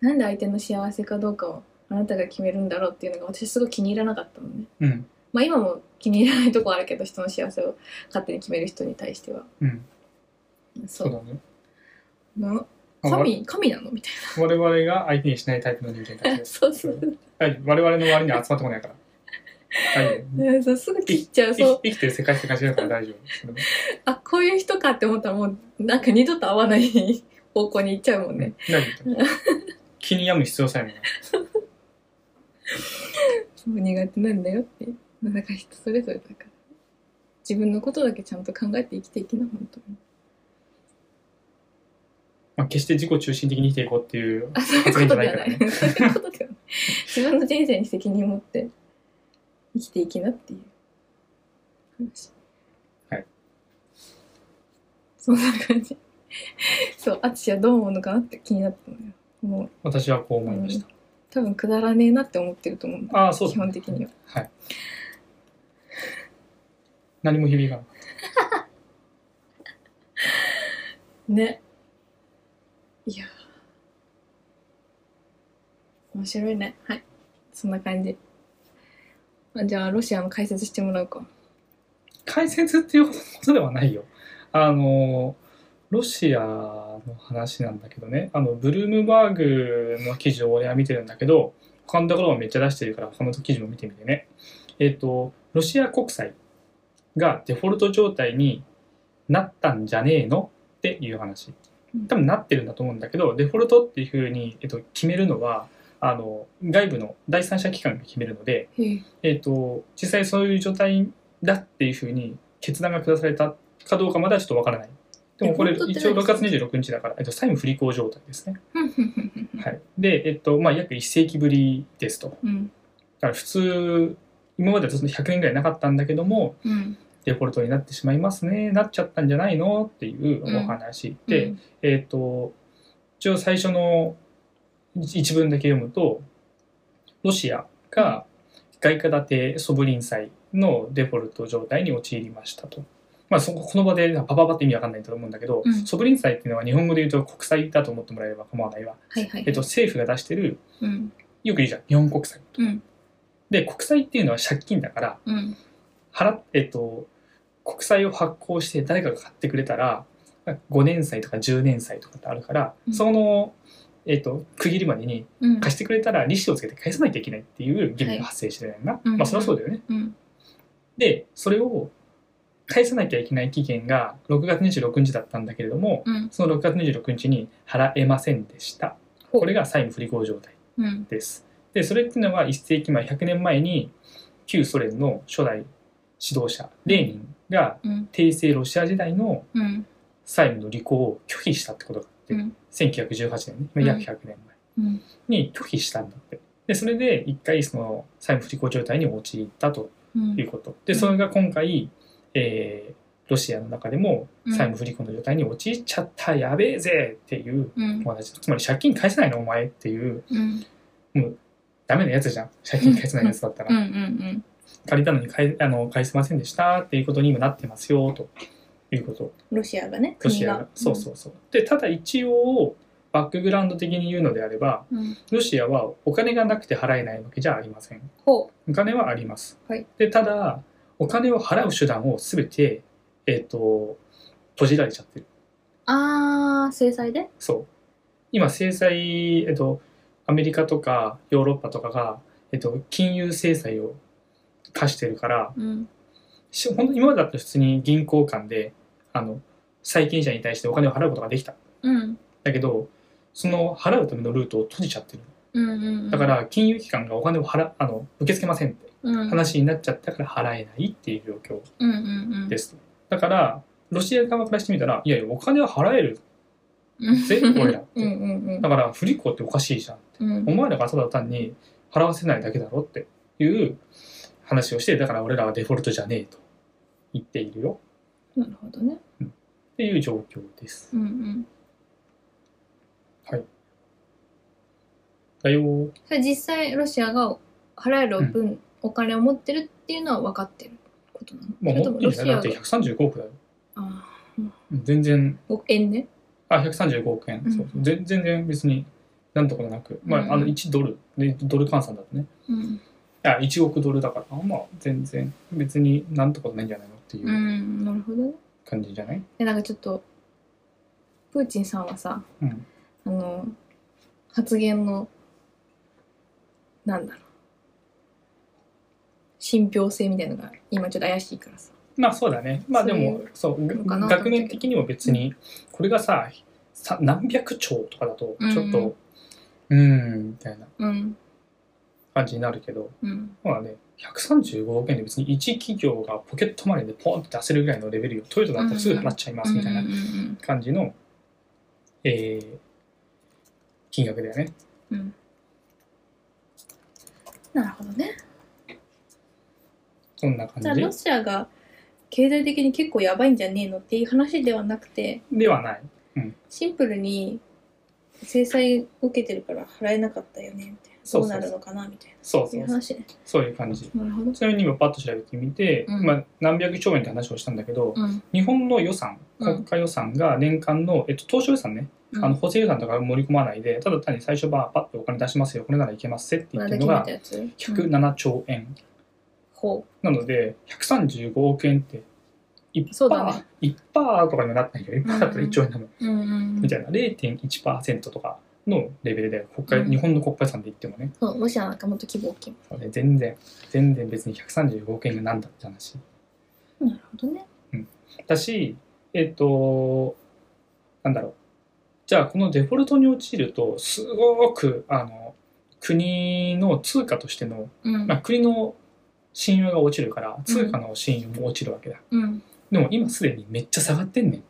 なんで相手の幸せかどうかをあなたが決めるんだろうっていうのが私すごい気に入らなかったのね
うん。
まあ今も気に入らないとこあるけど人の幸せを勝手に決める人に対しては
うん。そ
そ
う
う
だね。
な
あわ
神神なのみたい
我々が相手にしないタイプの人間たち
な
です。
そうそう
大丈夫我々の割には集まってこないから。 大丈夫。
うんそうすぐ切っちゃう
生
そ
き
う
生きてる世界って感じだから大丈夫。それも
あこういう人かって思ったらもうなんか二度と会わない方向に行っちゃうも んね
何言っても気に病む必要さえもない。
そう苦手なんだよってだから人それぞれだから自分のことだけちゃんと考えて生きていきな本当に
まあ、決して自己中心的に生きていこうっていう
あそういうことではない
発言
そういうことではない自分の人生に責任持って生きていきなっていう話
はい
そんな感じそう淳はどう思うのかなって気になったのよもう
私はこう思いました。
多分くだらねえなって思ってると思うんだ
ああ、そうだ
基本的には
はい。何も響かなかっ
ねいやー面白いねはいそんな感じあじゃあロシアも解説してもらうか
た。解説っていうことではないよ。あの、ロシアの話なんだけどね、あの、ブルームバーグの記事を俺は見てるんだけど、他のところもめっちゃ出してるから、他の記事も見てみてね。えっ、と、ロシア国債がデフォルト状態になったんじゃねえのっていう話。多分なってるんだと思うんだけどデフォルトっていうふうに、えっと、決めるのはあの外部の第三者機関が決めるので、
へえ
えっと、実際そういう状態だっていうふうに決断が下されたかどうかまではちょっとわからない。でもこれ
デフォルトって
一応
何
6月26日だから、えっと、債務不履行状態ですね。
ふんふんふんふんふん
はい、で、えっとまあ、約1世紀ぶりですと。だ
うん
から普通今まではそんな100年ぐらいなかったんだけども
うん
デフォルトになってしまいますねなっちゃったんじゃないのっていう
うん
お話で、えっ、と一応最初の一一文だけ読むとロシアが外貨建てソブリン債のデフォルト状態に陥りましたと。まあ、そこの場でパパパって意味わかんないと思うんだけど、
うん
ソブリン債っていうのは日本語で言うと国債だと思ってもらえれば構わないわ、
はいはい。
えっと、政府が出してる
うん。
よく言うじゃん日本国債
うん。
で国債っていうのは借金だから
うん。
払っえっと国債を発行して誰かが買ってくれたら5年債とか10年債とかってあるから、
うん
その、えっと区切りまでに
うん。
貸してくれたら利子をつけて返さなきゃいけないっていう義務が発生してるやんな、
うん
まあそりゃそうだよね、
うん。
でそれを返さなきゃいけない期限が6月26日だったんだけれども
うん。
その6月26日に払えませんでした
ほう
これが債務不履行状態
うん。
です。で、それっていうのは1世紀前、100年前に旧ソ連の初代指導者、レーニンが
うん。
帝政ロシア時代の
うん。
債務の履行を拒否したってことがあって、
うん
1918年ね、約100年
うん。
前に拒否したんだって。で、それで一回その債務不履行状態に陥ったと
うん
いうこと。で、それが今回、えーロシアの中でも
うん
債務不履行の状態に陥っちゃった、やべえぜっていう
うん
お。話。つまり借金返せないのお前っていう
うん。
ダメなやつじゃん。借金返せないやつだったら
うん。うん。
借りたのに返あの返せませんでしたっていうことに今なってますよということ
ロシアがね、
ロ
国
シア
が
が。そうそうそうでただ一応バックグラウンド的に言うのであれば
うん。うん。
ロシアはお金がなくて払えないわけじゃありません
ほ
お金はあります、
はい
でただお金を払う手段を全てえっ、と閉じられちゃってる
う。あー、制裁で
そう今制裁えっ、とアメリカとかヨーロッパとかが、えっと金融制裁を課してるから
うん。
し ほんと今までだと普通に銀行間であの債権者に対してお金を払うことができた
うん。
だけどその払うためのルートを閉じちゃってる
うんうん。
だか、ら金融機関がお金を払あの受け付けませんって
うん。
話になっちゃったから払えないっていう状
うんうんうん。。
況ですすだからロシア側からしてみたらいやいやお金は払えるぜ俺ら
うんうんうん
だ。から不履行っておかしいじゃん
うん
お前らがただ単に払わせないだけだろっていう話をしてだから俺らはデフォルトじゃねえと言っているよ
なるほどね。
っていう状況です
うんうん。
だよー
それ実際、ロシアが払える分、お金を持ってるっていうのは分かってることなの
まあ、
それと
もっと
も
い
ロ
い
シ
ね。だっ
アが
て。135億だよ。
あ
うん全然、
ー、円ね。
あ、135億円。そう
うん
全全然別に、なんとかなく。ま
うん
あ、あの、1ドル、ね、ドル換算だとね。
うん。、
あ、1億ドルだから、まあ、全然、別になんとかないんじゃないのっていううん
なるほどね。
感じじゃない
でなんかちょっとプーチンさんはさ
うん。
あの発言のなんだろう信憑性みたいのが今ちょっと怪しいからさ
まあ、そうだね。まあ、で
そう
も、そう、
のかな
学年的にも別に、これがさ、さ何百兆とかだと、ちょっと、うーん、みたいな
うん
感じになるけど、
うん
まあね、135億円で別に1企業がポケットマネーでポンって出せるぐらいのレベルよ。トヨタだったらすぐ払っちゃいますみたいな
うんうん
感じの、えー金額だよね。
うんうんなるほどね
そんな
じゃ
感
あロ
じ
シアが経済的に結構やばいんじゃねえのっていう話ではなくて
ではない。
シンプルに制裁受けてるから払えなかったよねみたいな
そう
ど
そううそう
なるのかなみたいな
そう
そう
そ
いう
うそう。
話ね
そういう感じ。
なるほど
ちなみに今パッと調べてみて、
うん
まあ、何百兆円って話をしたんだけど、
うん
日本の予算、
うん
国家予算が年間の、えっと、当初予算ね、
うん
あの補正予算とか盛り込まないで、ただ単に最初はパッとお金出しますよ、これならいけますぜって言ってるの
まあ
が
で決めたやつうん
107兆円。
ほ
なので、135億円って1%、
そうだね
1%とかにはなってないよ。1%だったら1兆円だもん。
ううんうん
みたいな、0.1%とかのレベルで、国会、
うん
日本の国家予算で言ってもね、
そうロシアなんかもっと規模大きい
そうね全然、全然別に135億円が何だって話。
なるほどね
だし、えっ、と、なんだろう。じゃあ、このデフォルトに陥ると、すごく、あの、国の通貨としての、
うん
まあ、国の信用が落ちるから、通貨の信用も落ちるわけだ。
うん
でも今すでにめっちゃ下がってんねん。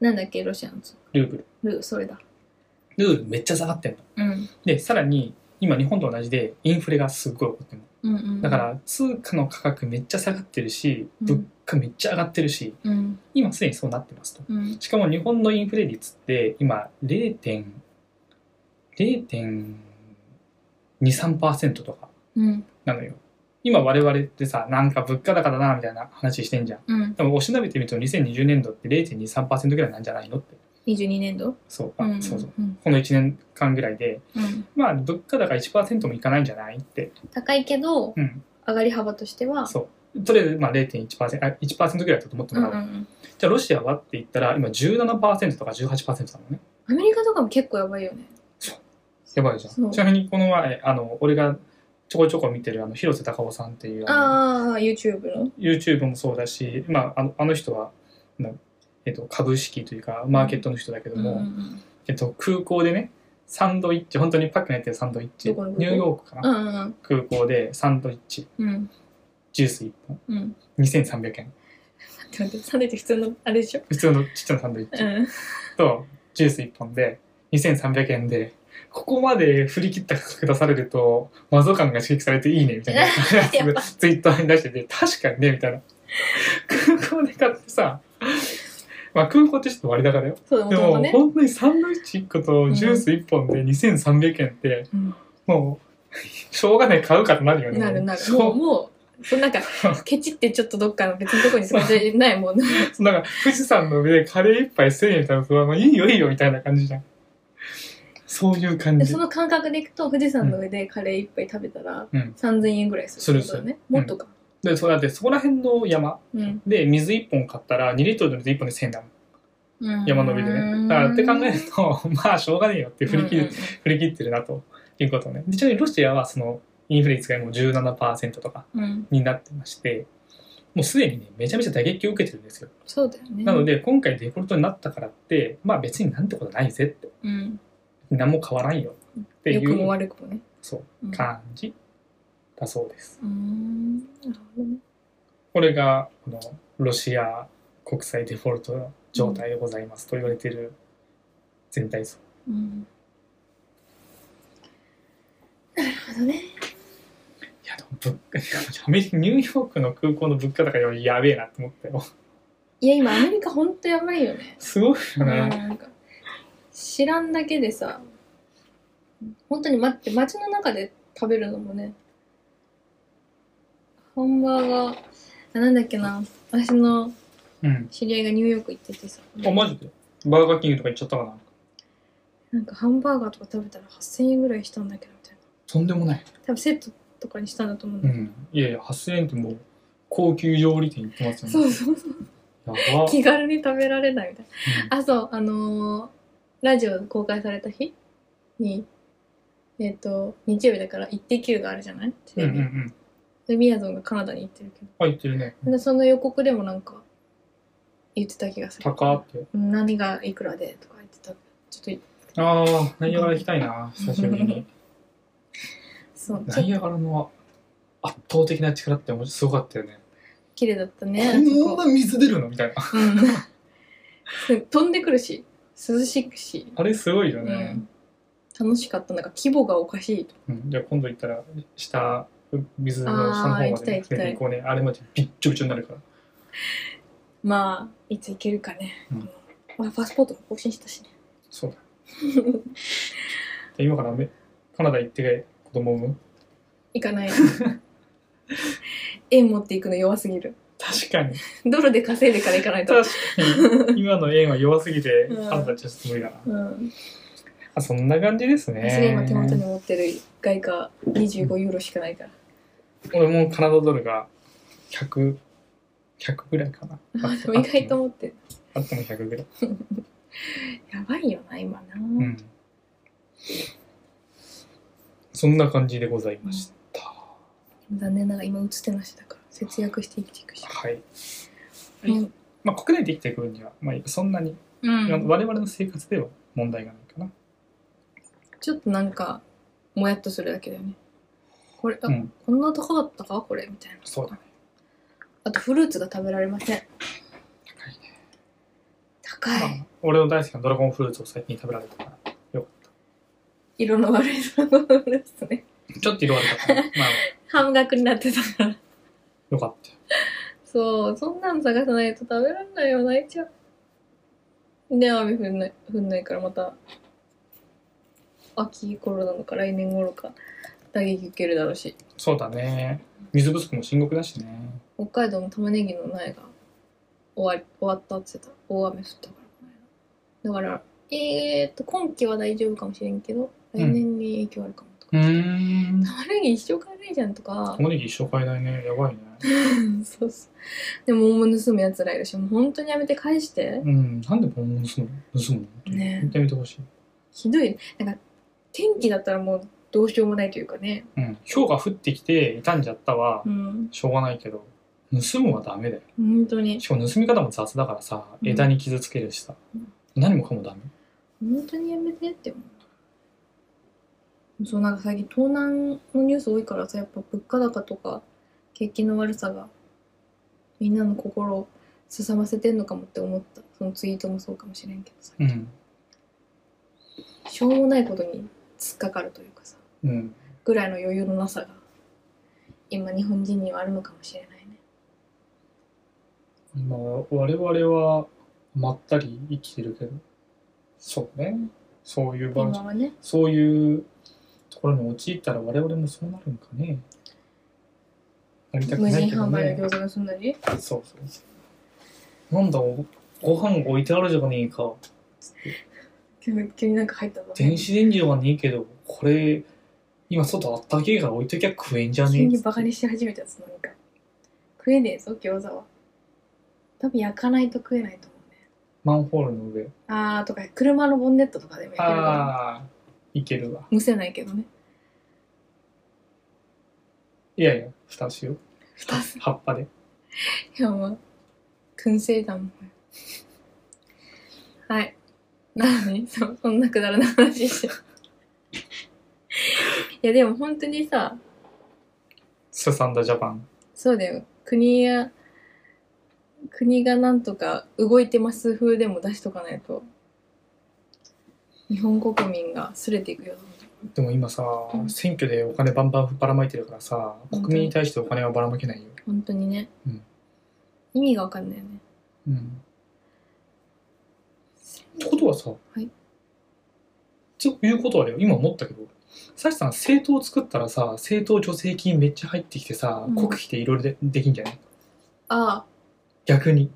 なんだっけロシアのつ
ルーブル。
ルそれだ
ルーブルめっちゃ下がってんの。
うん
で、さらに、今日本と同じでインフレがすっごい起こってるの。
うんうん
だから、通貨の価格めっちゃ下がってるし、
うん
物価めっちゃ上がってるし、
うん
今すでにそうなってますと。
うん
しかも日本のインフレ率って今0 0.23%とか
うん
なのよ。今我々ってさ、なんか物価高だなみたいな話してんじゃん。
うん
でもおしなべてみると2020年度って0.23%ぐらいなんじゃないのって。
22年度
そう、あ
うん
そうそう。
うん
この1年間ぐらいで、
うん
まあ物価高1%もいかないんじゃないって。
高いけど
うん。
上がり幅としては
そう。とりあえずまあ0.1%、あ1%ぐらいだと思って
う
も
ん
ら
う
おう。
んうん
じゃあロシアはって言ったら今17%とか18%なのね。
アメリカとかも結構やばいよね
やばいじゃ。
そうん
ちなみにこの前、あの、俺がちょこちょこ見てる、あの、広瀬隆夫さんっていう、あの
ああ YouTube の
YouTube もそうだし、まあ、あのあの人は、なえっと、株式というか、マーケットの人だけど
うんう
も、
んうん
えっと、空港でね、サンドイッチ、本当にパックにやってるサンドイッチ、ニ
どこ
ュ
の空港
ーヨークかな、
うんうん
空港でサンドイッチ、
うん
ジュース1本、
うん
2300円。
待って待ってサンドイッチ普通のあれでしょ
普通のちっちゃなサンドイッチ
うん
と、ジュース1本で、2300円で、ここまで振り切った価格出されると、マゾ感が刺激されていいね、みたいな
やっぱ
ツイッターに出してて、確かにね、みたいな。空港で買ってさ、まあ空港ってちょっと割高だよ。
そうだも
で
と
も、
ね
本当にサンドイッチ1個とジュース1本で2300円って、
うん
もう、しょうがない買うかってなるよね。
なるなる
しょう
もうもうそ うなんかケチってちょっとどっかの別のとこに住んでないもんね
なんか、富士山の上でカレー一杯1000円みたいなの、まあ、いいよいいよみたいな感じじゃん。そういう感
で
じ
そ。の感覚でいくと富士山の上でカレー一杯食べたら
うん
3000円ぐらいするってことだ
す
ね
る
もっとか
で、そうだって、そこら辺の山
うん
で水1本買ったら、2リットルの水1本で1000円だもん。山の上でね。だから、って考える と、まあ、しょうがねえよって振り切る、振り切ってるなということね。でちなみにロシアは、その、インフレ率がもう17%とか
うんうんうん
になってまして、もうすでにね、めちゃめちゃ打撃を受けてるんですよ。
そうだよね
なので、今回デフォルトになったからって、まあ別になんてことないぜって、
うん
何も変わらんよって
良
い
くも
う、
悪くもね
そう、
うん
感じだそうです。
うーんなるほどね
これがこのロシア国際デフォルト状態でございますと言われている全体像。
うんなるほどね
いやでも物価 アメリカニューヨークの空港の物価高よりやべえなって思ったよ。
いや今アメリカほんとやばいよね
すごいよね。
なんか知らんだけでさ本当に待って街の中で食べるのもねハンバーガーあなんだっけな私の
うん。
知り合いがニューヨーク行っててさ
あ、マジでバーガーキングとか行っちゃったかな
なんかハンバーガーとか食べたら8000円ぐらいしたんだけどみたいな
とんでもない。
多分セットとかにしたんだと思うん
う
だけど、
ん。いやいや、8000円ってもう高級料理店行ってますよ
そ
ね。
うそうそう
やば。
気軽に食べられないみたい
うん
なあそうあのーラジオ公開された日にえっ、と日曜日だから「イッテ Q!」があるじゃないテ
う
レ
ん
ビ
うんうん。
で、みやぞんがカナダに行ってるけ
あ、行ってるね。
ど。で、その予告でもなんか、言ってた気がする。
高って。
うん何がいくらでとか言ってた。ちょっと、
ああ、ナイアガラ行きたいな、久しぶりに。
そう、
ナ
ちょっ
イ
と
アガラの圧倒的な力ってもうすごかったよね。
綺麗だったね。あ
こん
そこ
な水出るのみたいな。
うんそう飛んで くるし、涼しくし、
あれすごいよ
う
ね。
ん、楽しかった。なんか規模がおかしいと。
うんじゃあ今度行ったら、下、水の下の
あー
方
行
ま
きたい
で
行きたい
連れて行こうね。あれまでびっちょびちょになるから。
まあ、いつ行けるかね。
うん
まあ、パスポートも更新したしね。
そうだ。で今からめカナダ行って子供産む
行かない。円持っていくの弱すぎる。
確かに。
ドルで稼いでから行かないと。
確かに。今の縁は弱すぎて、
うん
カナダちょっと無理だな。
うん
あ、そんな感じです
私が今
ね
手。元に持ってる外貨25ユーロしかないから。
俺もカナダドルが100、100ぐらいかな。あ
でも 意外と持ってる。
あっても100ぐらい。
やばいよな、今な。
うん。そんな感じでございました。
残念ながら今映ってなしだから、節約して生きていくし。
はい。
うん
うまあ、国内で生きていく分には、まあ、そんなに、
うん、
我々の生活では問題がないかな。
ちょっとなんか、もやっとするだけだよね。これ、あ、
うん
こんな高かったかこれみたいな。
そうだね。
あとフルーツが食べられません。
高いね。
高い
ま。あ俺の大好きなドラゴンフルーツを最近食べられたから。
色の悪いドラゴンフルーツね。
ちょっと色悪かったね。まあ、
半額になってたから。
よかったよ。
そう、そんなん探さないと食べられないよ、泣いちゃう。で、雨降んない、降んないからまた、秋頃なのか来年頃か、打撃受けるだろうし。
そうだね。水不足も深刻だしね。
北海道の玉ねぎの苗が終わり終わったって言ってた大雨降ったからだからえー、っと今期は大丈夫かもしれんけど来年に影響あるかもとか、
うーん。
玉ねぎ一生買えないじゃんとか
玉ねぎ一生買えないね。やばいね。
そうそうでも桃盗むやつらいるしもう本当にやめて返して
うん。なんでこんな盗むの盗むの本当に
ね
見てみてほしい。
ひどいなんか天気だったらもうどうしようもないというかね
うん。氷が降ってきて傷んじゃったは
う、ん
しょうがないけど、盗むはダメだよ。
本当に
しかも盗み方も雑だからさ、
うん
枝に傷つけるしさ
うん。
何もかもダメ。
本当にやめてって思うそうなんか最近盗難のニュース多いからさやっぱ物価高とか景気の悪さがみんなの心をすさませてんのかもって思ったそのツイートもそうかもしれんけどさ
うん。
しょうもないことに突っかかるというかさ
うん。
ぐらいの余裕のなさが今日本人にはあるのかもしれないね
まあ、我々はまったり生きてるけど、そうね。そういう場所
今はね
そういうところに陥ったら我々もそうなるんかね。なりたく
無
ない
人
けど
販売
ね
の。餃子盗んだり
そうそうそう。なんだおご飯置いてあるじゃねえか。
急に急になんか入ったぞ
電子レンジはねえけど、これ、今外あったけえから置いときゃ食えんじゃねえ
急にバカにし始めたつなんか食えねえぞ餃子は多分焼かないと食えないと思うね
マンホールの上。
あーとか車のボンネットとかでも焼けるから
ああ、いけるわ。
むせないけどね
いやいや、蓋しよう。
蓋す
葉っぱで。
いやもう燻製だもんはいなのにそそんなくだらない話しちゃういやでも本当にさ
すさんだジャパン。
そうだよ国や国がなんとか動いてます風でも出しとかないと日本国民がすれていくよ
でも今さ、選挙でお金バンバンばらまいてるからさ、国民に対してお金はばらまけないよ。
本当にね、
うん
意味が分かんないよね
うん。ってことはさ、
はい
ということはだよ、今思ったけど、サシさん、政党を作ったらさ、政党助成金めっちゃ入ってきてさ、
うん
国費でいろいろでできんじゃない
あ
逆に。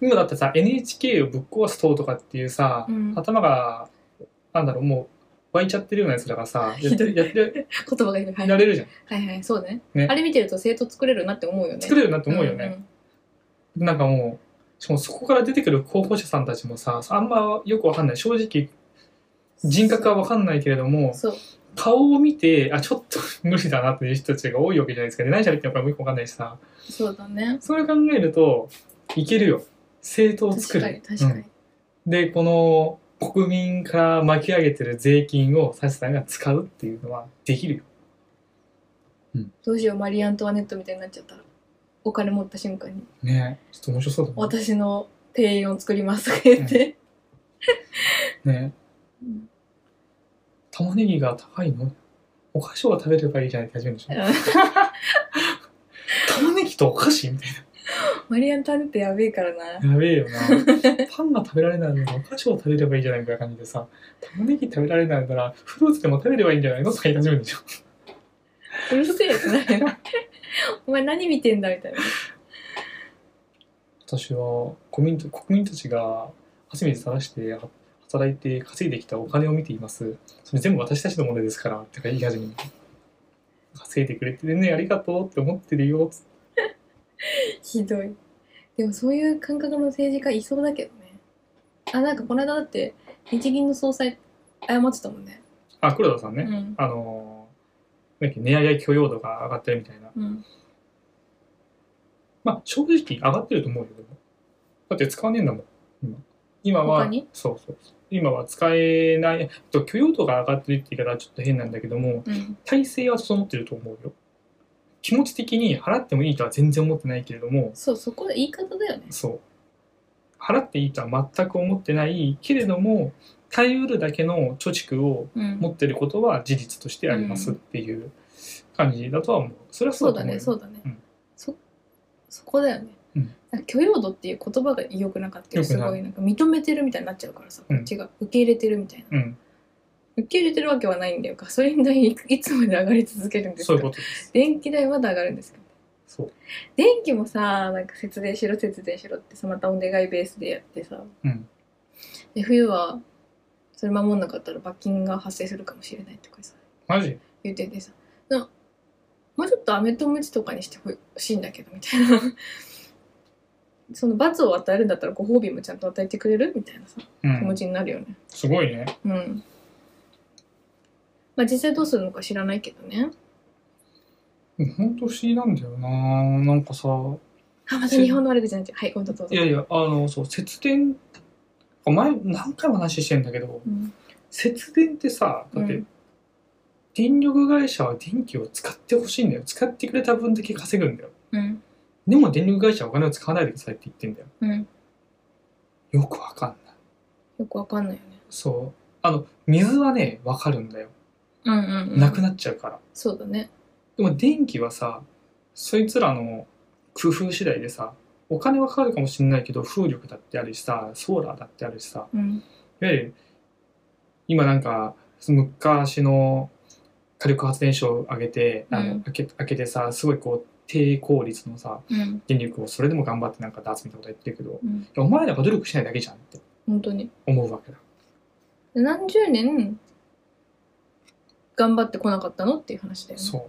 今だってさ、NHK をぶっ壊す党とかっていうさ、
うん
頭が、なんだろう、もう湧いちゃってるようなやつらが さ、やってやって
あ言葉がいるはい
られる じゃん。
はいはいそうだね
ね
あれ見てると政党作れるなって思うよね
作れるなって思うよね。
んん
なんかもう、しかもそこから出てくる候補者さんたちもさ、あんまよくわかんない。正直、人格はわかんないけれども、
そう
顔を見て、あ、ちょっと 無理だなっていう人たちが多いわけじゃないですか。で、何喋ってるのかもよくわかんないしさ。
そうだね
それを考えると、いけるよ。政党を作
確
る。
かに確かに、
うんで、この、国民から巻き上げてる税金をサシさんが使うっていうのはできるよ。
どうしようマリー・アントワネットみたいになっちゃったらお金持った瞬間に
ねちょっと面白そうだ
私の庭園を作りますとか言って、
ね。ね玉ねぎが高いのお菓子を食べればいいじゃないって始めるでしょ。 玉ねぎとお菓子みたい
マリー・アントワネットやべえからな
な。やべえよな。パンが食べられないのにお菓子を食べればいいじゃないみたいな感じでさ、玉ねぎ食べられないならフルーツでも食べればいいんじゃないのとか言い始めるでしょ。
うるせえってなるよ お前何見てんだみたいな
私は国民と国民たちが汗水垂らしては働いて稼いできたお金を見ています。それ全部私たちのものですから、ってか言い始める。稼いでくれてるね、ありがとうって思ってるよ。
ひどいでもそういう感覚の政治家いそうだけどねあなんかこの間だって日銀の総裁謝ってたもんね
あ、黒田さんね。
うん
あのー、なんだっけ値上げ許容度が上がってるみたいな。
うん
まあ、正直上がってると思うよ。でもだって使わねえんだもん、今。今は
他に、
そうそうそう。今は使えない、えっと許容度が上がってるって言い方はちょっと変なんだけども、
うん
体制は整ってると思うよ。気持ち的に払ってもいいとは全然思ってないけれども、
そうそこ言い方だよね
そう。払っていいとは全く思ってないけれども、耐えうるだけの貯蓄を
うん
持ってることは事実としてありますっていう感じだとは思う。それはそ
そうう
だ
だ
と思う
ね
よ。
そうだね、
うん
そそこだよね、
うん
なんか許容度っていう言葉が良くなかったり
良く
す
ない
ごいなんか認めてるみたいになっちゃうからさ、
うん
こっちが受け入れてるみたいな
うん、
受け入れてるわけはないんだよガソリン代い くいつまで上がり続けるんですか
そういうことです。
電気代まだ上がるんですか
そう。
電気もさなんか節電しろ節電しろってさまたお願いベースでやってさ
うん。
で冬はそれ守んなかったら罰金が発生するかもしれないとかさ
マジ
言っててさなもうちょっと飴とムチとかにしてほしいんだけどみたいな その罰を与えるんだったらご褒美もちゃんと与えてくれるみたいなさ
う
気持
ん。
ちになるよね
すごいね。
うん、まあ実際どうするのか知らないけどね
ほんと不思議なんだよななんかさ、
あまた日本の悪口になっちゃうはい今度どうぞ
いやいや、あの、そう、節電、前、何回も話してんだけど、
うん
節電ってさ、だっ
う
て
ん、
電力会社は電気を使ってほしいんだよ。使ってくれた分だけ稼ぐんだよ。
うん
でも電力会社はお金を使わないでくださいって言ってんだよ。
うん
よくわかんない。
よくわかんないよね
そう。あの、水はね、わかるんだよ。
うんうん、うん、
なくなっちゃうから。
そうだね
でも電気はさ、そいつらの工夫次第でさ、お金はかかるかもしれないけど、風力だってあるしさ、ソーラーだってあるしさ、
うん
いわゆる、今なんか、その昔の火力発電所を上げて、あの
うん
開け開けてさ、すごいこう、低効率のさ、
うん
電力をそれでも頑張ってなんか出すみたいなこと言ってるけど、い
うん
やお前らが努力しないだけじゃんって
本当に
思うわけだ。
で何十年頑張ってこなかったのっていう話だよね
そう。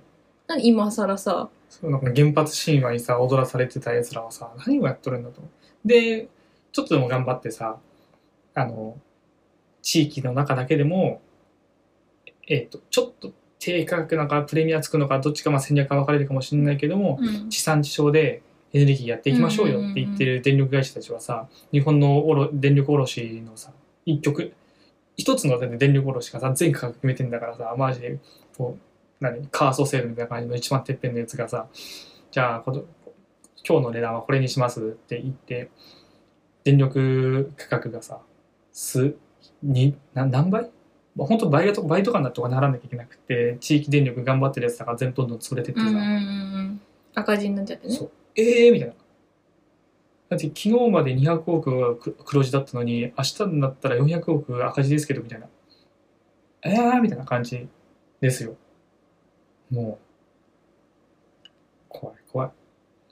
なんで今更さ
そうなんか原発神話にさ踊らされてた奴らはさ何をやっとるんだと。でちょっとでも頑張ってさあの地域の中だけでもえっ、とちょっと低価格なのかプレミアつくのかどっちかまあ戦略が分かれるかもしれないけども、
うん
地産地消でエネルギーやっていきましょうよって言ってる電力会社たちはさ日本のおろ電力卸のさ一局一つの電力卸がさ全価格決めてんだからさマジでこう何カーソセールみたいな感じの一番てっぺんのやつがさじゃあこの今日の値段はこれにしますって言って電力価格がさ数にな何倍まあ本当倍と倍とかになってお金払わなきゃいけなくて地域電力頑張ってるやつだから全部どんどん潰れてって
う
さ、
んうんうんうん赤字になっちゃってね
そうええみたいな。だって昨日まで200億はく黒字だったのに、明日になったら400億赤字ですけど、みたいな。ええみたいな感じですよ。もう、怖い怖い。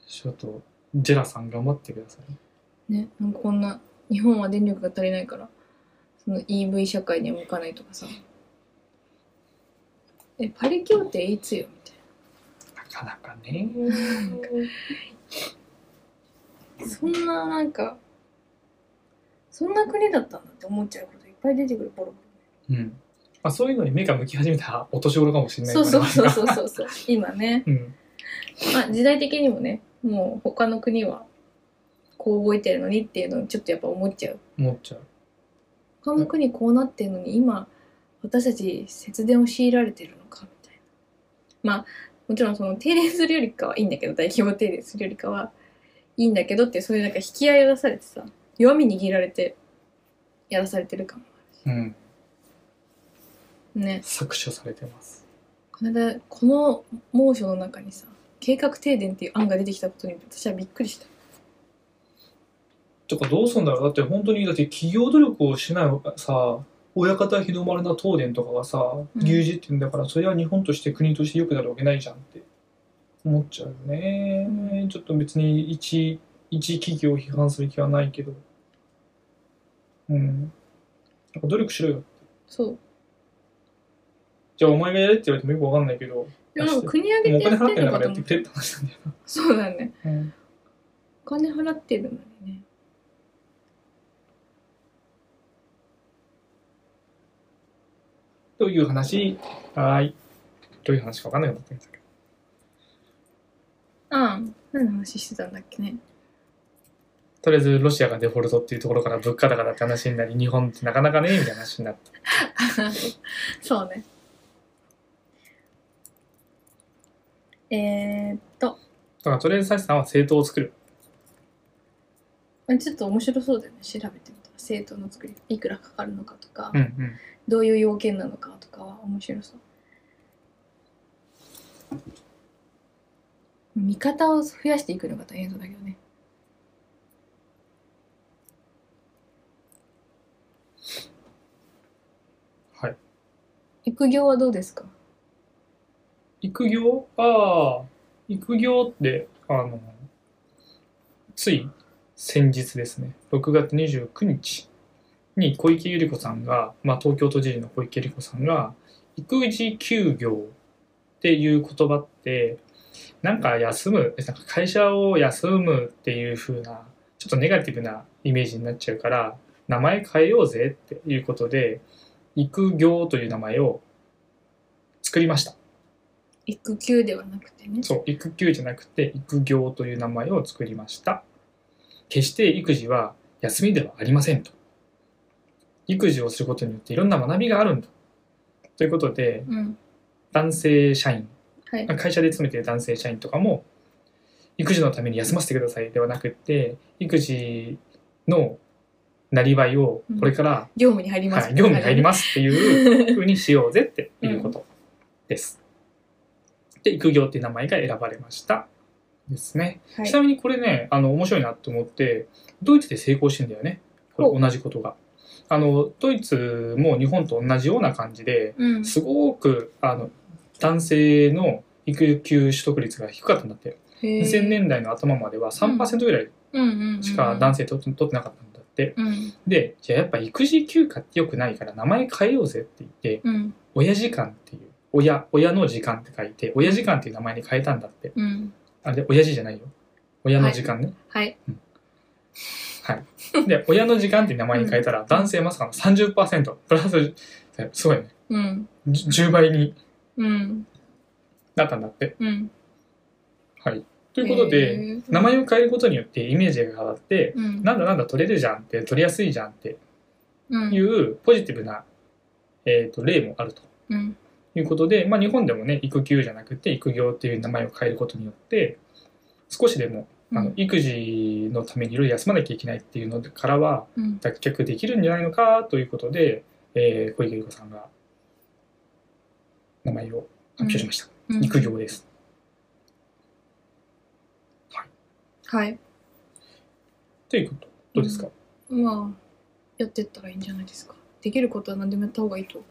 ちょっと、ジェラさん頑張ってください。
ねなんかこんな日本は電力が足りないからその EV 社会には向かないとかさえパリ協定いつよみたい
なかなかね。
なそんななんかそんな国だったんだって思っちゃうこといっぱい出てくるボロボロ
うん。まあそういうのに目が向き始めたお年頃かもしれない
そ
か
う
ら
そうそうそうそうそう今ね
うん。
まあ、時代的にもねもう他の国はこう動いてるのにっていうのをちょっとやっぱ思っちゃう
思っちゃう。
他の国こうなってるのに今私たち節電を強いられてるのかみたいなまあもちろんその停電するよりかはいいんだけど大規模停電するよりかはいいんだけどってそういうなんか引き合いを出されてさ弱み握られてやらされてるかも
うん。
ね
搾取されてます。
この間この猛暑の中にさ計画停電っていう案が出てきたことに私はびっくりした
とかどうすんだろうだって本当にだって企業努力をしないさ親方日の丸な東電とかがさ
ん
牛耳ってんだから、それは日本として国として良くなるわけないじゃんって思っちゃうよね、
う
ちょっと別に一一企業を批判する気はないけどうんなんか努力しろよ
そう
じゃあお前がやれって言われてもよくわかんないけども
でもなんか国上
う
げ
お
て
金
やっ
払
て
ってん
る
だ
の
か
か
や
らと
っ
思
て
っ
くれ
て
って話なんだよな、
そうだね
うん
お金払ってるのにね
という話はーいどういう話かわかんないようになってきたけど
ああ何の話してたんだっけね
とりあえずロシアがデフォルトっていうところから物価高だって話になり日本ってなかなかねみたいな話になって
そうねえー、っと
だからとりあえずサチさんは政党を作る
あちょっと面白そうだよね調べてみたら政党の作りいくらかかるのかとか、
うんうん
どういう要件なのかとかは面白そう見方を増やしていくのが大変そうだけどね。
はい。
育業はどうですか
育業ああ、育業って、あの、つい先日ですね、6月29日に小池百合子さんが、まあ、東京都知事の小池百合子さんが、育児休業っていう言葉って、なんか休む、なんか会社を休むっていう風な、ちょっとネガティブなイメージになっちゃうから、名前変えようぜっていうことで、育業という名前を作りました。
育休ではなくてね。
そう、育休じゃなくて、育業という名前を作りました。決して育児は休みではありませんと。育児をすることによっていろんな学びがあるんだ。ということで、
うん。
男性社員、
はい。
会社で勤めている男性社員とかも、育児のために休ませてくださいではなくって、育児のなりわいをこれから、
業務に入ります。
はい、業務に入り
ま
ますっていう
す。
ふうにしようぜっていうことです。で、育業っていう名前が選ばれました。ですね。
はい
ちなみにこれね、あの、面白いなと思って、ドイツで成功してんだよね。こ
ほ
れ同じことが。あの、ドイツも日本と同じような感じで、
うん。
すごく、あの、男性の育休取得率が低かったんだって。
へー
2000年代の頭までは3%ぐらい
うんうんうん
しか男性と取ってなかったんだって。
うん。
で、じゃあやっぱ育児休暇って良くないから名前変えようぜって言って、
うん。
親時間っていう親親の時間って書いて親時間っていう名前に変えたんだって
うん。
あれ親父じゃないよ親の時間ね、
はい。
で親の時間っていう名前に変えたら男性まさかの30%プラスすごいね
うん。
じゅ10倍に
うん。
なったんだって
うん。
はいということで、
へー、
名前を変えることによってイメージが変わって、
うん。
なんだなんだ取れるじゃんって取りやすいじゃんって
うん
い。うポジティブな、えー、と例もあると
うん。
ということで、まあ、日本でもね育休じゃなくて育業っていう名前を変えることによって少しでもあの育児のためにいろいろ休まなきゃいけないっていうのからは
うん。
脱却できるんじゃないのかということで、えー小池百合子さんが名前を発表しました、
うん
育。業です
はい。
ということどうですか、
まあ、やってったらいいんじゃないですか。できることは何でもやった方がいいと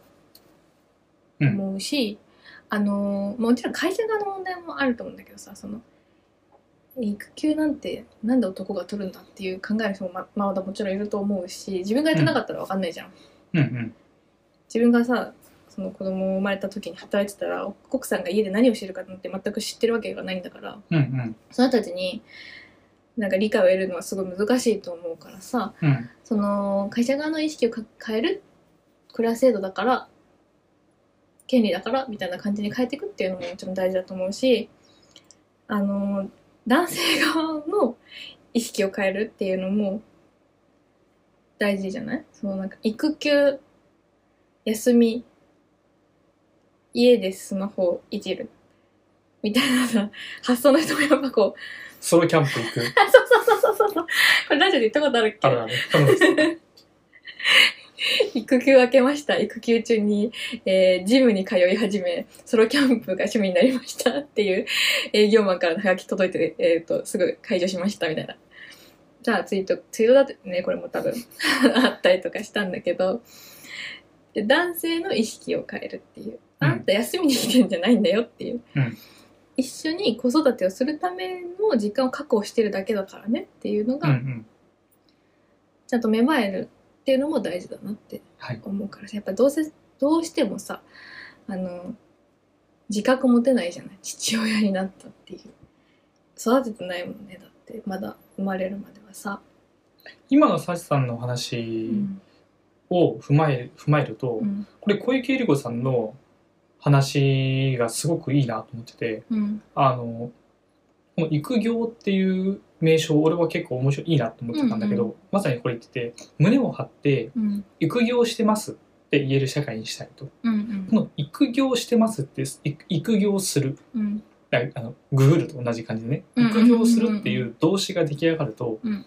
うん
思うし、あのー、まあもちろん会社側の問題もあると思うんだけどさ、その、育休なんてなんで男が取るんだっていう考える人もままだもちろんいると思うし自分がやってなかったら分かんないじゃん、
うんうん
自分がさその子供生まれた時に働いてたらお奥さんが家で何をしてるかなんて全く知ってるわけがないんだから
うんうん
その人たちになんか理解を得るのはすごい難しいと思うからさ
うん
その会社側の意識をか変えるこれは制度だから権利だからみたいな感じに変えていくっていうのももちろん大事だと思うしあの男性側の意識を変えるっていうのも大事じゃないそのなんか育休休み家でスマホをいじるみたいなさ発想の人もやっぱこう
ソロキャンプ行く
そうそうそうそうそうこれラジオで言ったことあるっけ
ある ある多分です
育休明けました育休中に、えージムに通い始めソロキャンプが趣味になりましたっていう営業マンからのハガキ届いて、えー、とすぐ解除しましたみたいなじゃあツイートツイートだってねこれも多分 あったりとかしたんだけどで男性の意識を変えるっていう
うん
あんた休みに来てんじゃないんだよっていう、
うん
一緒に子育てをするための時間を確保してるだけだからねっていうの
う
が、
んうん
ちゃんと芽生えるっていうのも大事だなって
はい
思うからさやっぱどうせどうしてもさあの自覚持てないじゃない父親になったっていう育ててないもんねだってまだ生まれるまではさ、
今のサシさんのお
う
話
ん
を踏まえ踏まえると、
うん
これ小池百合子さんの話がすごくいいなと思ってて
うん
あのこの育業っていう名称俺は結構面白いいいなと思ってたんだけど、
うんう
まさにこれ言ってて胸を張って
うん
育業してますって言える社会にしたいと
うんう
こ
ん
の育業してますってい育業する
うん
だあのググると同じ感じでね
うんうんうんうん
育業するっていう動詞が出来上がると、
うん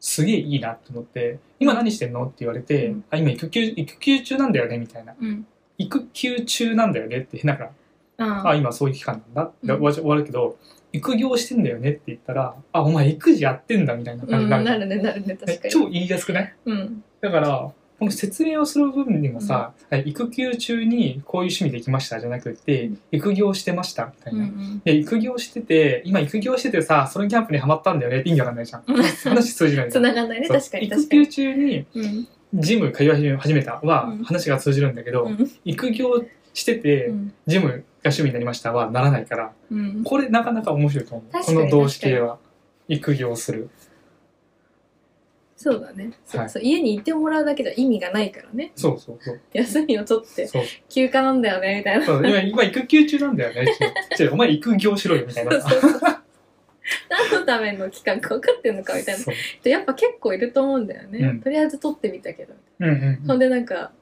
すげえいいなと思って「今何してんの?」って言われて「
うん
あ今育休育休中なんだよね」みたいな
うん
「育休中なんだよね」ってなんか
あ
あ
あ
今そういう期間なんだって
うん
終わっちゃ終わるけど、育業してんだよねって言ったら、あ、お前育児やってんだみたいな
う
感じ
ん、
になる。
なるね、なるね、確か
え
に。
超言いやすくない
うん。
だから、この説明をする部分にもさ、え育休中にこういう趣味できましたじゃなくて、育業してましたみたい
うん
な。
うん。
で育業してて、今育業しててさ、そのキャンプにハマったんだよねって意味わかんないじゃん。話通じないじゃ
つ
ん。
ながんないね、確かに、
そう
確
育
か
休
に。
中に
うん。
ジム通い始めたは
うん
話が通じるんだけど、
うん
育業してて
うん
ジムが趣味になりましたはならないから、
うん。
これなかなか面白いと思う。
確
こ
かに
の動詞形は。育業する。
そうだね。そ
は
う
い
そう家にいてもらうだけじゃ意味がないからね。
そうそうそう。
休みを取って、
そう
休暇なんだよね、み たいな。
そう今、今育休中なんだよね。ちょ、お前育業しろよ、みたいな。
そうそうそう何のための期間か分かってんのかみたいな
そう
人やっぱ結構いると思うんだよね、
うん
とりあえず撮ってみたけど、
うんうん
ほ
うんん。
でなんか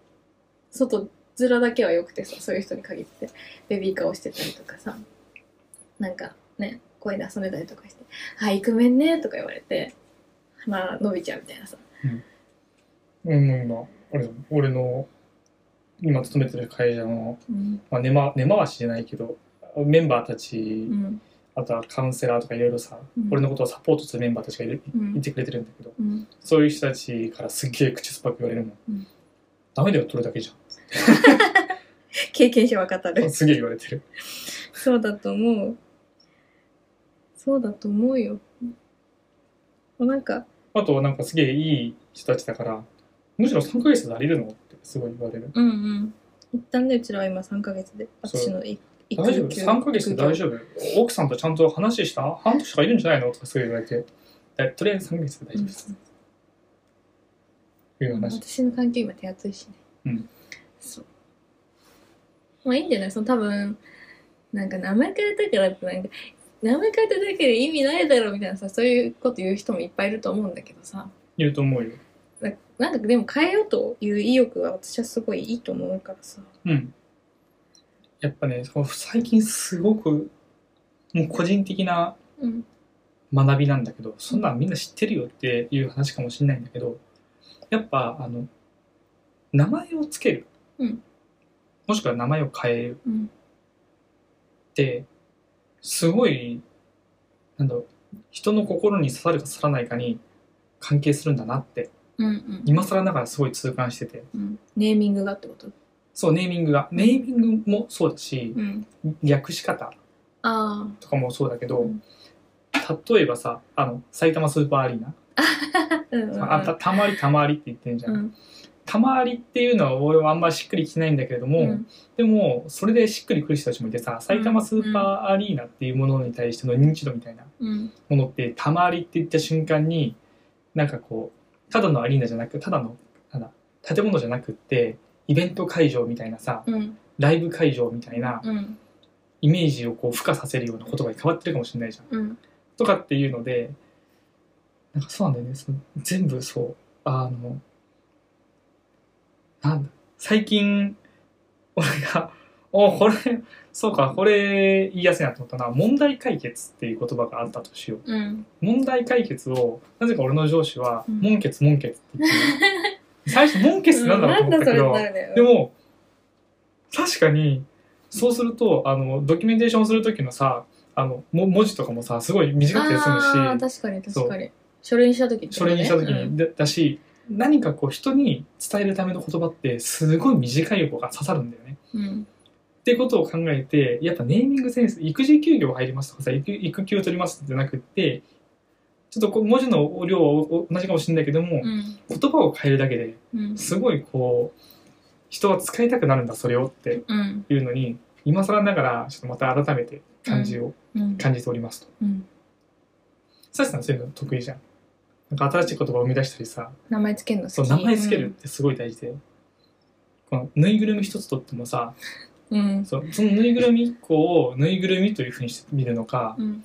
外面だけは良くてさそういう人に限ってベビーカーをしてたりとかさなんかね声で遊んでたりとかして「はいイクメンね」とか言われてまあ伸びちゃうみたいなさ
うんうん、今、あれだもん俺の、今勤めてる会社の、
うん
まあ、根回根回しじゃないけど、メンバーたち
う、ん
あとはカウンセラーとかいろいろさ、
うん
俺のことをサポートするメンバーたちがいる
う
い
ん
てくれてるんだけど、
うん
そういう人たちからすっげえ口酸っぱく言われるもん。
うん
ダメだよ、取るだけじ
経験者は語
ゃん。
る
すげえ言われてる。
そうだと思うそうだと思うよなんか
あと、なんかすげえいい人たちだから、むしろ3ヶ月でなれるのってすごい言われる。
うんうん一旦ねうちらは今3ヶ月で
そう
私のい育
大丈夫
休
?3 ヶ月で大
育
丈夫奥さんとちゃんと話した半年とかいるんじゃないのとかすごい言われて。だとりあえず3ヶ月で大丈夫です。いう
休
話。
私の環境今手厚いしね
うん
そうまあいいんじゃないその多分なんか名前変えたからってなんか名前変えただけで意味ないだろうみたいなさそういうこと言う人もいっぱいいると思うんだけどさ
言うと思うよ。
ななんかでも変えようという意欲は私はすごいいいと思うからさ
うん。やっぱね、こう最近すごく、もう個人的な
うん
学びなんだけど、そんなんみんな知ってるよっていう話かもしれないんだけど、やっぱ、あの、名前をつける。
うん
もしくは名前を変える。
うん
ってすごいなんだろう人の心に刺さるか刺さらないかに関係するんだなって
うんうん
今更ながらすごい痛感してて
うんネーミングがってこと
そうネーミングがネーミングもそうだし
うん
略し方
あ
とかもそうだけど、
うん
例えばさあの埼玉スーパーアリーナ、
あうんうんうん
あたたまりたまりって言ってるじゃん、
うん
たまりっていうのは俺はあんましっくりきてないんだけれども、
うん
でもそれでしっくりくる人たちもいてさ埼玉スーパーアリーナっていうものに対しての認知度みたいな
うん
ものって、たまりって言った瞬間に、なんかこう、ただのアリーナじゃなく、ただの、なんだ、建物じゃなくって、イベント会場みたいなさ、
うん
ライブ会場みたいな
うん
イメージをこう、付加させるような言葉に変わってるかもしれないじゃん。
うん
とかっていうので、なんかそうなんだよね。その全部そう、あの、なんだ、最近、俺が、お、これ、そうか、これ言いやすいなと思ったのは、問題解決っていう言葉があったとしよう。
うん
問題解決をなぜか俺の上司は「
うん
門決門決」って言ってる最初「門決」ってなんだろうと思ったけど、
なんだそれってなる
で
ね
も確かにそうするとあのドキュメンテーションする時のさあのも文字とかもさすごい短くて済む
あー
し
確かに確かに書類にした時ってこ
書
とね
類にした時に、だだし何かこう人に伝えるための言葉ってすごい短い方が刺さるんだよね。
うん
ってことを考えて、やっぱネーミングセンス、育児休業入りますとかさ、育育休取りますじゃなくって、ちょっとこう文字の量はお同じかもしれないけども、
うん
言葉を変えるだけで
うん
すごいこう、人は使いたくなるんだ、それをって
うん
いうのに、今更ながら、ちょっとまた改めて感じを、
うん
感じておりますと。
うん
サシさんそういうの得意じゃん。なんか新しい言葉を生み出したりさ、
名前つけるの好き
そう名前つけるってすごい大事で、このぬいぐるみ一つとってもさ、
うん
そうそのぬいぐるみ1個をぬいぐるみというふうにして見るのか、
うん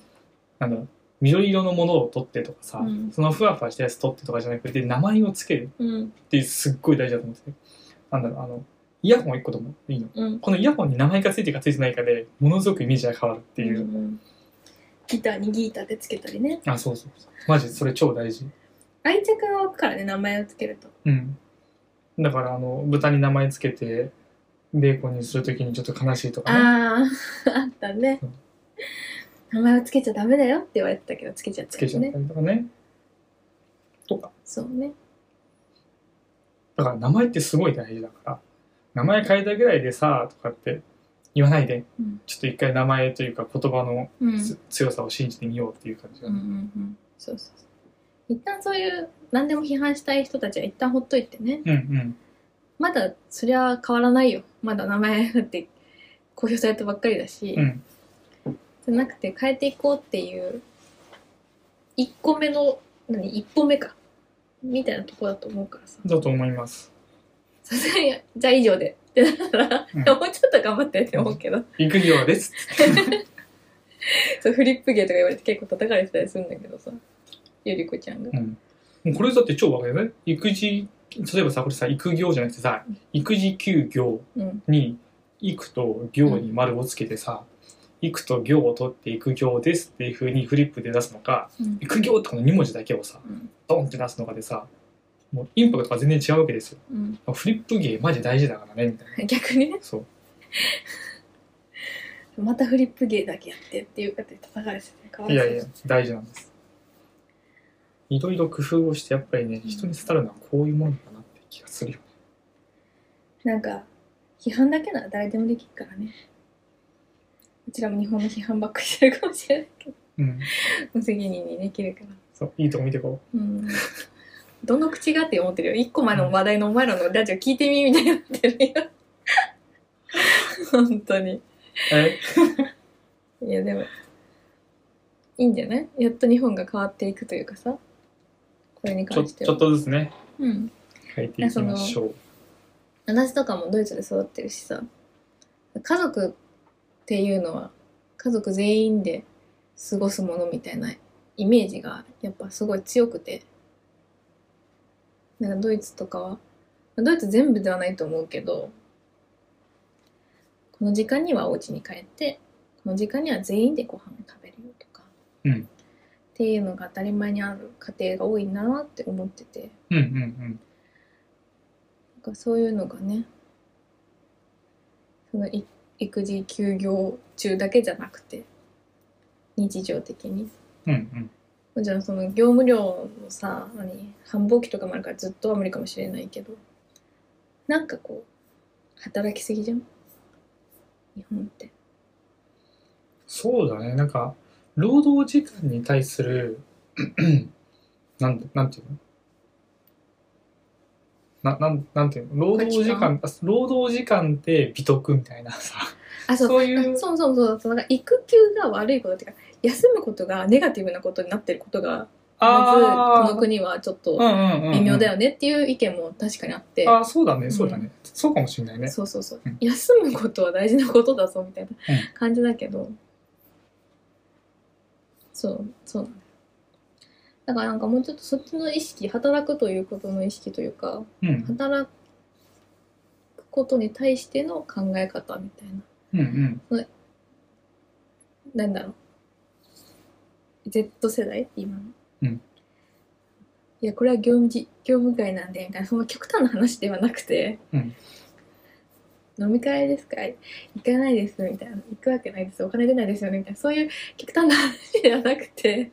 なんだろう緑色のものを取ってとかさ、
うん
そのふわふわしたやつ取ってとかじゃなくて名前をつける
うん
ってすっごい大事だと思っててなんだろうあのイヤホン1個でもいいの
うんっ
このイヤホンに名前がついてるかついてないかでものすごくイメージが変わるって
て
いう、
ギターにギターでつけたりね
あそうそうそうマジそれ超大事
愛着が湧くからね名前をつけると
うんだからあの豚に名前つけて ベーコンにするときにちょっと悲しいとかね
あああったね
うん
名前はつけちゃダメだよって言われてたけどつけちゃっ
つ
た
け
よ
ちゃっ
ね
たりとかね。とか。
そうね
だから名前ってすごい大事だから、名前変えたぐらいでさ、とかって言わないで、
うん
ちょっと一回名前というか言葉の
うん
つ強さを信じてみようっていう感じだ
うんう
ね。
んうんそうそうそう一旦そういう何でも批判したい人たちは一旦ほっといてね
うんうん。
まだそりゃ変わらないよまだ名前だって公表されたばっかりだし、
うん。
じゃなくて変えていこうっていう1個目の何一歩目かみたいなとこだと思うからさ
だと思います。
さすがにじゃあ以上でってなったら、
うん
もうちょっと頑張ってって思うけど
育業です。
そうフリップ芸とか言われて結構叩かれてたりするんだけどさゆりこちゃんが
うん。もうこれだって超わかるよね。育児、例えばさ、これさ、育業じゃなくてさ、育児休業
うん
に行くと行に丸をつけてさ、行くと行を取って育業ですっていうふうにフリップで出すのか、
うん
育業ってこの2文字だけをさ、
うん
ドンって出すのかでさ、もうインパクトが全然違うわけですよ。
うん
フリップ芸マジ大事だからね、みたいな。
逆にね
そう。
またフリップ芸だけやってっていう方で叩かれててかわ
い
そ
や
う
いや、大事なんです。いろいろ工夫をして、やっぱりね、人に伝わるのはこういうものかなって気がするよ。
なんか批判だけなら誰でもできるからねうちらも日本の批判ばっかりしてるかもしれないけど
うん。
無責任にできるから
そう、いいとこ見てこう。
うんどの口がって思ってるよ一個前の話題のお前らのラジオ聞いてみみたいになってるよ本当に
え
いやでもいいんじゃないやっと日本が変わっていくというかさこれに
ちょ
関して
ちょ
は
っとずつね、
うん
変えていきましょう。
私とかもドイツで育ってるしさ家族っていうのは家族全員で過ごすものみたいなイメージがやっぱすごい強くてなんかドイツとかはドイツ全部ではないと思うけどこの時間にはお家に帰ってこの時間には全員でご飯を食べるよとか、
うん
っていうのが当たり前にある家庭が多いなって思ってて。
うんうんうん。
なんかそういうのがねそのい育児休業中だけじゃなくて日常的に
うんうん。
もちろんその業務量のさ何繁忙期とかもあるからずっとは無理かもしれないけどなんかこう働きすぎじゃん日本って
そうだね、なんか、労働時間に対する、 なんだなんていうのな、なん、なんていうの労働時間、あ労働時間って美徳みたいな さ。
あそう
そういう
あそうそうそうそうなんか育休が悪いことっていうか休むことがネガティブなことになってることがまずこの国はちょっと微妙だ
ね。
よねっていう意見も確かにあって、
あーそうだね、
ん
そうだね。そうかもしれないね。
そうそうそう、
うん
休むことは大事なことだぞみたいな感じだけど、そうそうなんだよだからなんかもうちょっとそっちの意識働くということの意識というか
うん。
働くことに対しての考え方みたいな
うんうん。
なんだろう Z 世代今の、
うん
いやこれは業務じ業務会なんでみたいなその極端な話ではなくて、
うん
飲み会ですか行かないですみたいな行くわけないですお金出ないですよねみたいなそういう極端な話ではなくて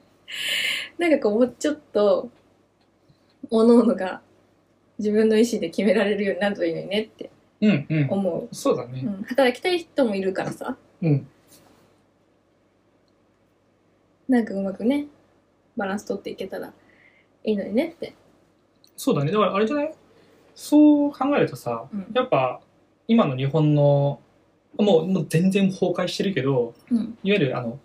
なんかこうもうちょっとおののが自分の意思で決められるようになるといいのにねって
うんうん。
思う、
そうだ
う
ね。
ん、働きたい人もいるからさ
うん。
なんかうまくねバランス取っていけたらいいのにねって
そうだね。だからあれじゃないそう考えるとさ、
うん
やっぱ今の日本の、もうもう全然崩壊してるけど、
うん
いわゆるあの、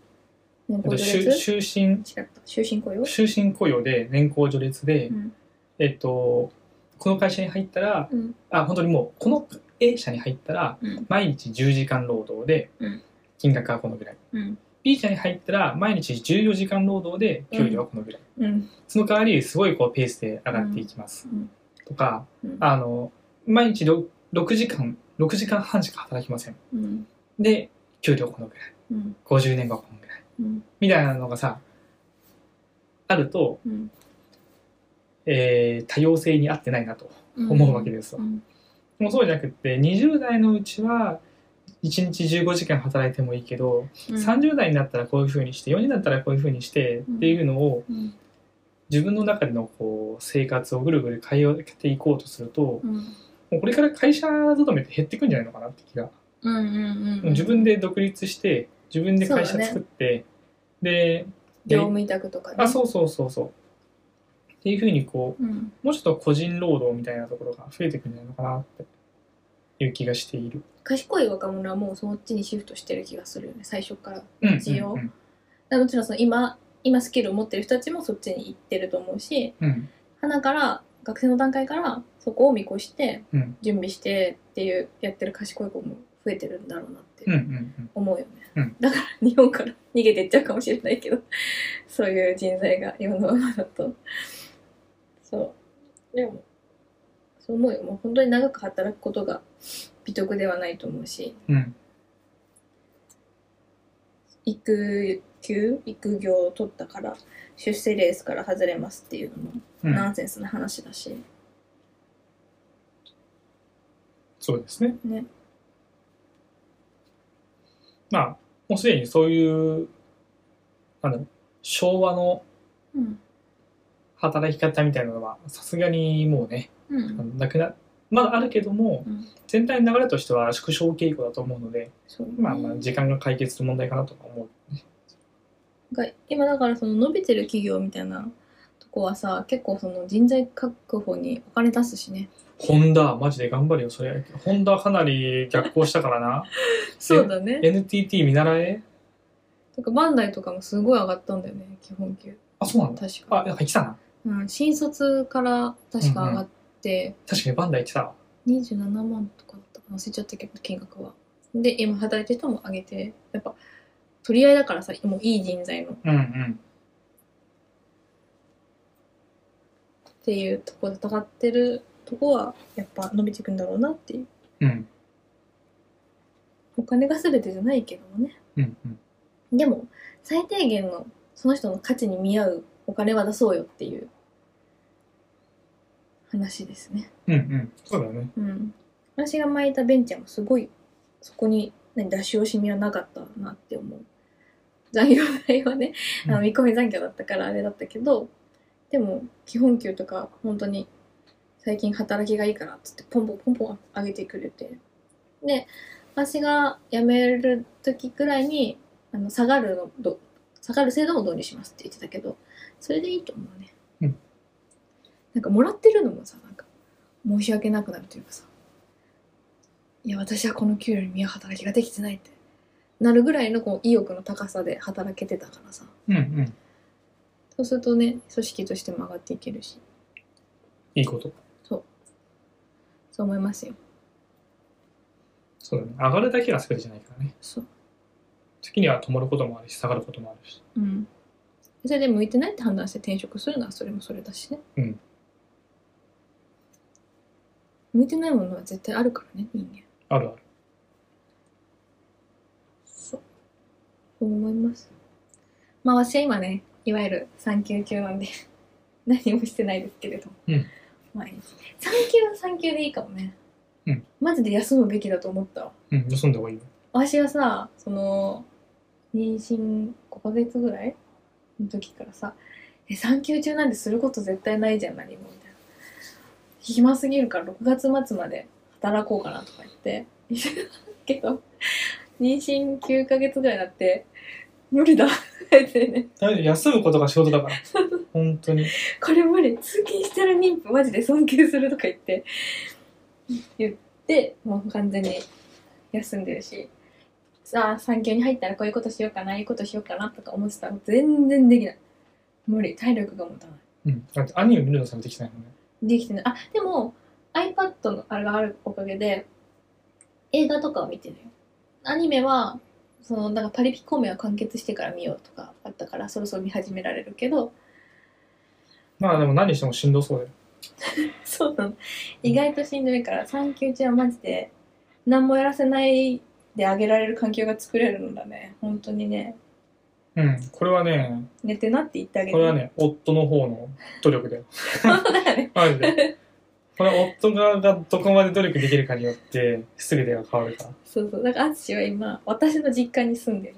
年
えっ
功
と
序
終
列
終身、
違った終身雇用
終身雇用で年功序列で、
うん
えっと、この会社に入ったら、
うん
あ、本当にもう、この A 社に入ったら、
うん
毎日10時間労働で
うん、
金額はこのぐらい。
うん、
B 社に入ったら、毎日14時間労働で、給料はこのぐらい。
うん
その代わりすごいこうペースで上がっていきます、
うん
とか
うん
あの毎日 6, 6時間6時間半しか働きません
うん
で給料このぐらい
うん
50年後はこのぐらい
うん
みたいなのがさあると、
うん
えー多様性に合ってないなと思うわけですわ、
うん
でもそうじゃなくって20代のうちは1日15時間働いてもいいけど、
うん
30代になったらこういうふうにして40代になったらこういうふうにして
うん
っていうのを
うん
自分の中でのこう生活をぐるぐる変えていこうとするとも
うん
うこれから会社勤めって減ってくんじゃないのかなって気が
うんうんうん
自分で独立して自分で会社作って、で
業務委託とかね
あそうそうそうそうっていうふうにこ
うん
うもうちょっと個人労働みたいなところが増えてくんじゃないのかなっていう気がしている。
賢い若者はもうそっちにシフトしてる気がするよね最初からだか
うん
一応
うん
らもちろんその今今スキルを持ってる人たちもそっちに行ってると思うし
うん
花から学生の段階からそこを見越して
うん
準備してっていうやってる賢い子も増えてるんだろうなっ
うんうんう
て
んうん
思うよね、
うん
だから日本から逃げてっちゃうかもしれないけど そういう人材が世のままだとそうでもそう思うよもう本当に長く働くことが美徳ではないと思うし
うん
育休育業を取ったから出世レースから外れますっていうのも
うん
ナンセンスな話だし、
そうですね。
ね
まあもうすでにそういうなんだろう昭和の
うん
働き方みたいなのはさすがにもうね
う
あの
ん
なくなまだあるけども
うん
全体の流れとしては縮小傾向だと思うので
そうね
まあまあ時間が解決する問題かなとか思う。
が今だからその伸びてる企業みたいなとこはさ結構その人材確保にお金出すしね
ホンダマジで頑張れよそれ。ホンダかなり逆行したから な。
そうだね
NTT 見習え
とかバンダイとかもすごい上がったんだよね基本給
あそうなんだ。
確
あ
か、
なんか来たな。
うん、新卒から確か上がって
確かにバンダイ来たわ。
27万とかだったかな忘れちゃったけど金額はで今働いてる人も上げてやっぱ取り合いだからさもういい人材のっ
うんうん。
ていうとこで戦ってるとこはやっぱ伸びていくんだろうなっていう
うん
お金が全てじゃないけどもね
うんうん。
でも最低限のその人の価値に見合うお金は出そうよっていう話ですね。
うんうん。そうだよね。
うん、私が巻いたベンチャーもすごいそこに何出し惜しみはなかったなって思う。残業代はね、あ
う
の
ん
見込み残業だったからあれだったけど、でも基本給とか本当に最近働きがいいからっつってポンポンポンポン上げてくれて。で、私が辞める時くらいに、あの下がるのど、下がる制度も導入しますって言ってたけど、それでいいと思うね。
うん
なんかもらってるのもさ、なんか申し訳なくなるというかさ、いや、私はこの給料に見合う働きができてないってなるぐらいのこう意欲の高さで働けてたからさ。
うんうん。
そうするとね、組織としても上がっていけるし、
いいこと。
そう思いますよ。
そうだね。上がるだけが全てじゃないからね。
そう。
時には止まることもあるし下がることもあるし
うん。それで向いてないって判断して転職するのはそれもそれだしね。
うん。
向いてないものは絶対あるからね、人間。
あるある
そう。そう思います。まあ私は今ね、いわゆる産休中なんで、 何もしてないですけれど。
うん。
まあいいです産休は産休でいいかもね。
うん。
マジで休むべきだと思ったわ。
うん休んだ方がいいよ
私はさその妊娠5ヶ月ぐらいの時からさ「え産休中なんてすること絶対ないじゃん何も」みたいな「暇すぎるから6月末まで働こうかな」とか言って 言ってたけど妊娠9ヶ月ぐらいになって「無理だ」ってね
大丈夫休むことが仕事だから 本当に
「これ無理通勤してる妊婦マジで尊敬する」とか言って言ってもう完全に休んでるしさあ産休に入ったらこういうことしようかなああいうことしようかなとか思ってたら全然できない無理体力が持たない
うんだってアニメ見るのされてきてないもんね
できてないあでも iPad のあれがあるおかげで映画とかを見てるよアニメはそのなんかパリピ孔明を完結してから見ようとかあったからそろそろ見始められるけど
まあでも何してもしんどそうだよ
そうなの意外としんどいから産休中はマジで何もやらせないであげられる環境が作れるのだね本当にね
うんこれはね
寝てなって言ってあげて
これはね夫の方の努力だよ
本当だよね
マジでこれは夫側がどこまで努力できるかによって、すぐ手が変わるから。
そうそう。だから、アツシは今、私の実家に住んでる。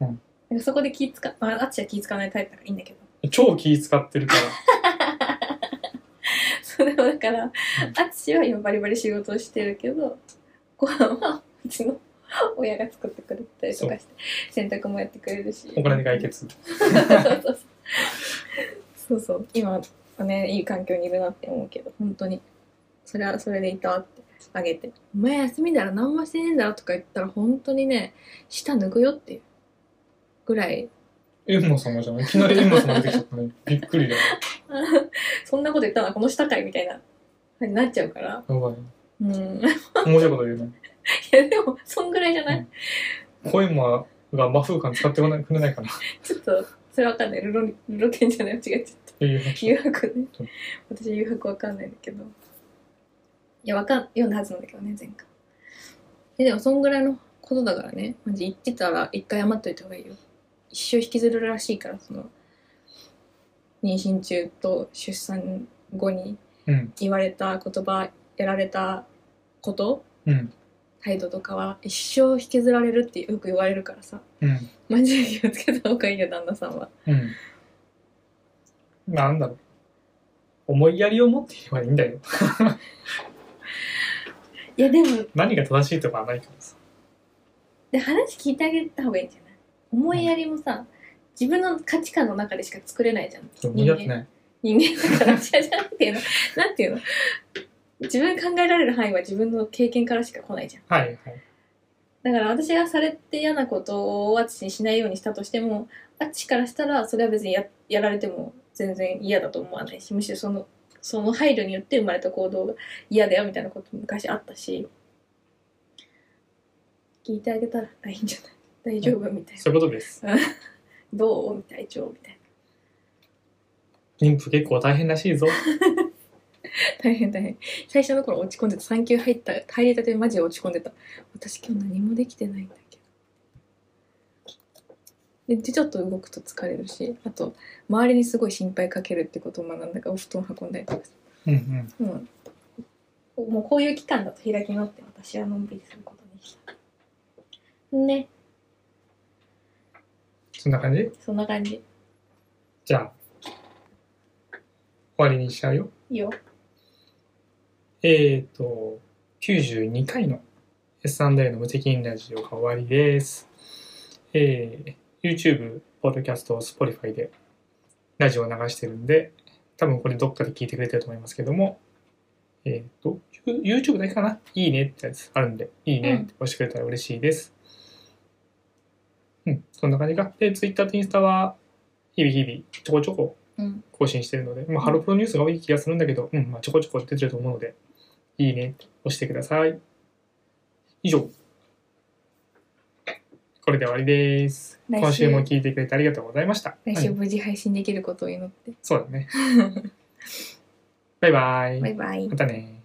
うん。
なんかそこで気ぃつか、まあ、アツシは気ぃつかないタイプだからいいんだけど。
超気使ってるから。
それをだから、アツシは今バリバリ仕事をしてるけど、ご飯はうちの親が作ってくれたりとかして、洗濯もやってくれるし。
お金で解決。
そうそうそう。そうそう。今はね、いい環境にいるなって思うけど、本当に。それはそれでいたってあげて。お前休みだら何もしてねえんだろとか言ったら、本当にね、舌抜くよっていうぐらい、
エンマ様じゃん。いきなりエンマ様出てきちゃったね。びっくりだよ。
そんなこと言ったらこの舌かいみたいな感じになっちゃうから。
やばい。
うん。 い
面白いこと言うね。
や、でも、そんぐらいじゃない、
コエンマが和風感使ってこないくれないかな。っ
ちょっと、それわかんない。ルロ、ルロケンじゃない間違っちゃった。
ていう話。
誘白ね
そう。
私誘白わかんないんだけど。いや、わかん、読んだはずなんだけどね、前回。え、でもそんぐらいのことだからね。マジ言ってたら一回謝っといた方がいいよ。一生引きずるらしいから、その、妊娠中と出産後に
うん。
言われた言葉、やられたこと、
うん。
態度とかは一生引きずられるってよく言われるからさ。
うん。
マジで気をつけた方がいいよ、旦那さんは。
うん。なんだろう。思いやりを持っていればいいんだよ。
いや、でも、
何が正しいとかはないからさ。
で話聞いてあげた方がいいんじゃない思いやりもさ自分の価値観の中でしか作れないじゃん
そう見合ってない。
人間だからじゃあじゃあなんていうのなんていうの自分考えられる範囲は自分の経験からしか来ないじゃん
はいはい。
だから私がされて嫌なことをあっちにしないようにしたとしてもあっちからしたらそれは別にややられても全然嫌だと思わないしむしろそのその配慮によって生まれた行動が嫌だよみたいなことも昔あったし聞いてあげたらいいんじゃない大丈夫みたいな。
そういうことです。
どうみたいな、みたい
妊婦結構大変らしいぞ。
な。大変大変。最初の頃落ち込んでた。産休入った、入りたてマジで落ち込んでた。私今日何もできてないんだけど。で、ちょっと動くと疲れるし、あと、周りにすごい心配かけるってことを学んだから、お布団運んだりとかす
うんうん。
る。うん。もうこういう期間だと開き直って私はのんびりすることにした。ね、
そんな感じ
そんな感じ。
じゃあ、終わりにしちゃうよ。
いいよ。
えーと、92回の S&A の無責任ラジオが終わりです。えー、YouTube、ポッドキャスト、Spotify でラジオを流してるんで、多分これどっかで聞いてくれてると思いますけども、えーと、You- YouTube だけかないいねってやつあるんで、いいねって押してくれたら嬉しいです。うん、そんな感じか。で、Twitter とインスタは、日々日々、ちょこちょこ
うん。
更新してるので、まあ、ハロプロニュースが多い気がするんだけど、うんまあ、ちょこちょこ出てると思うので、いいね、押してください。以上。これで終わりです。
来週
今週も聞いてくれてありがとうございました。
来週
うん
無事配 信できることを祈って。
そうだね。バイバイ。
バイバイ
ま。たね。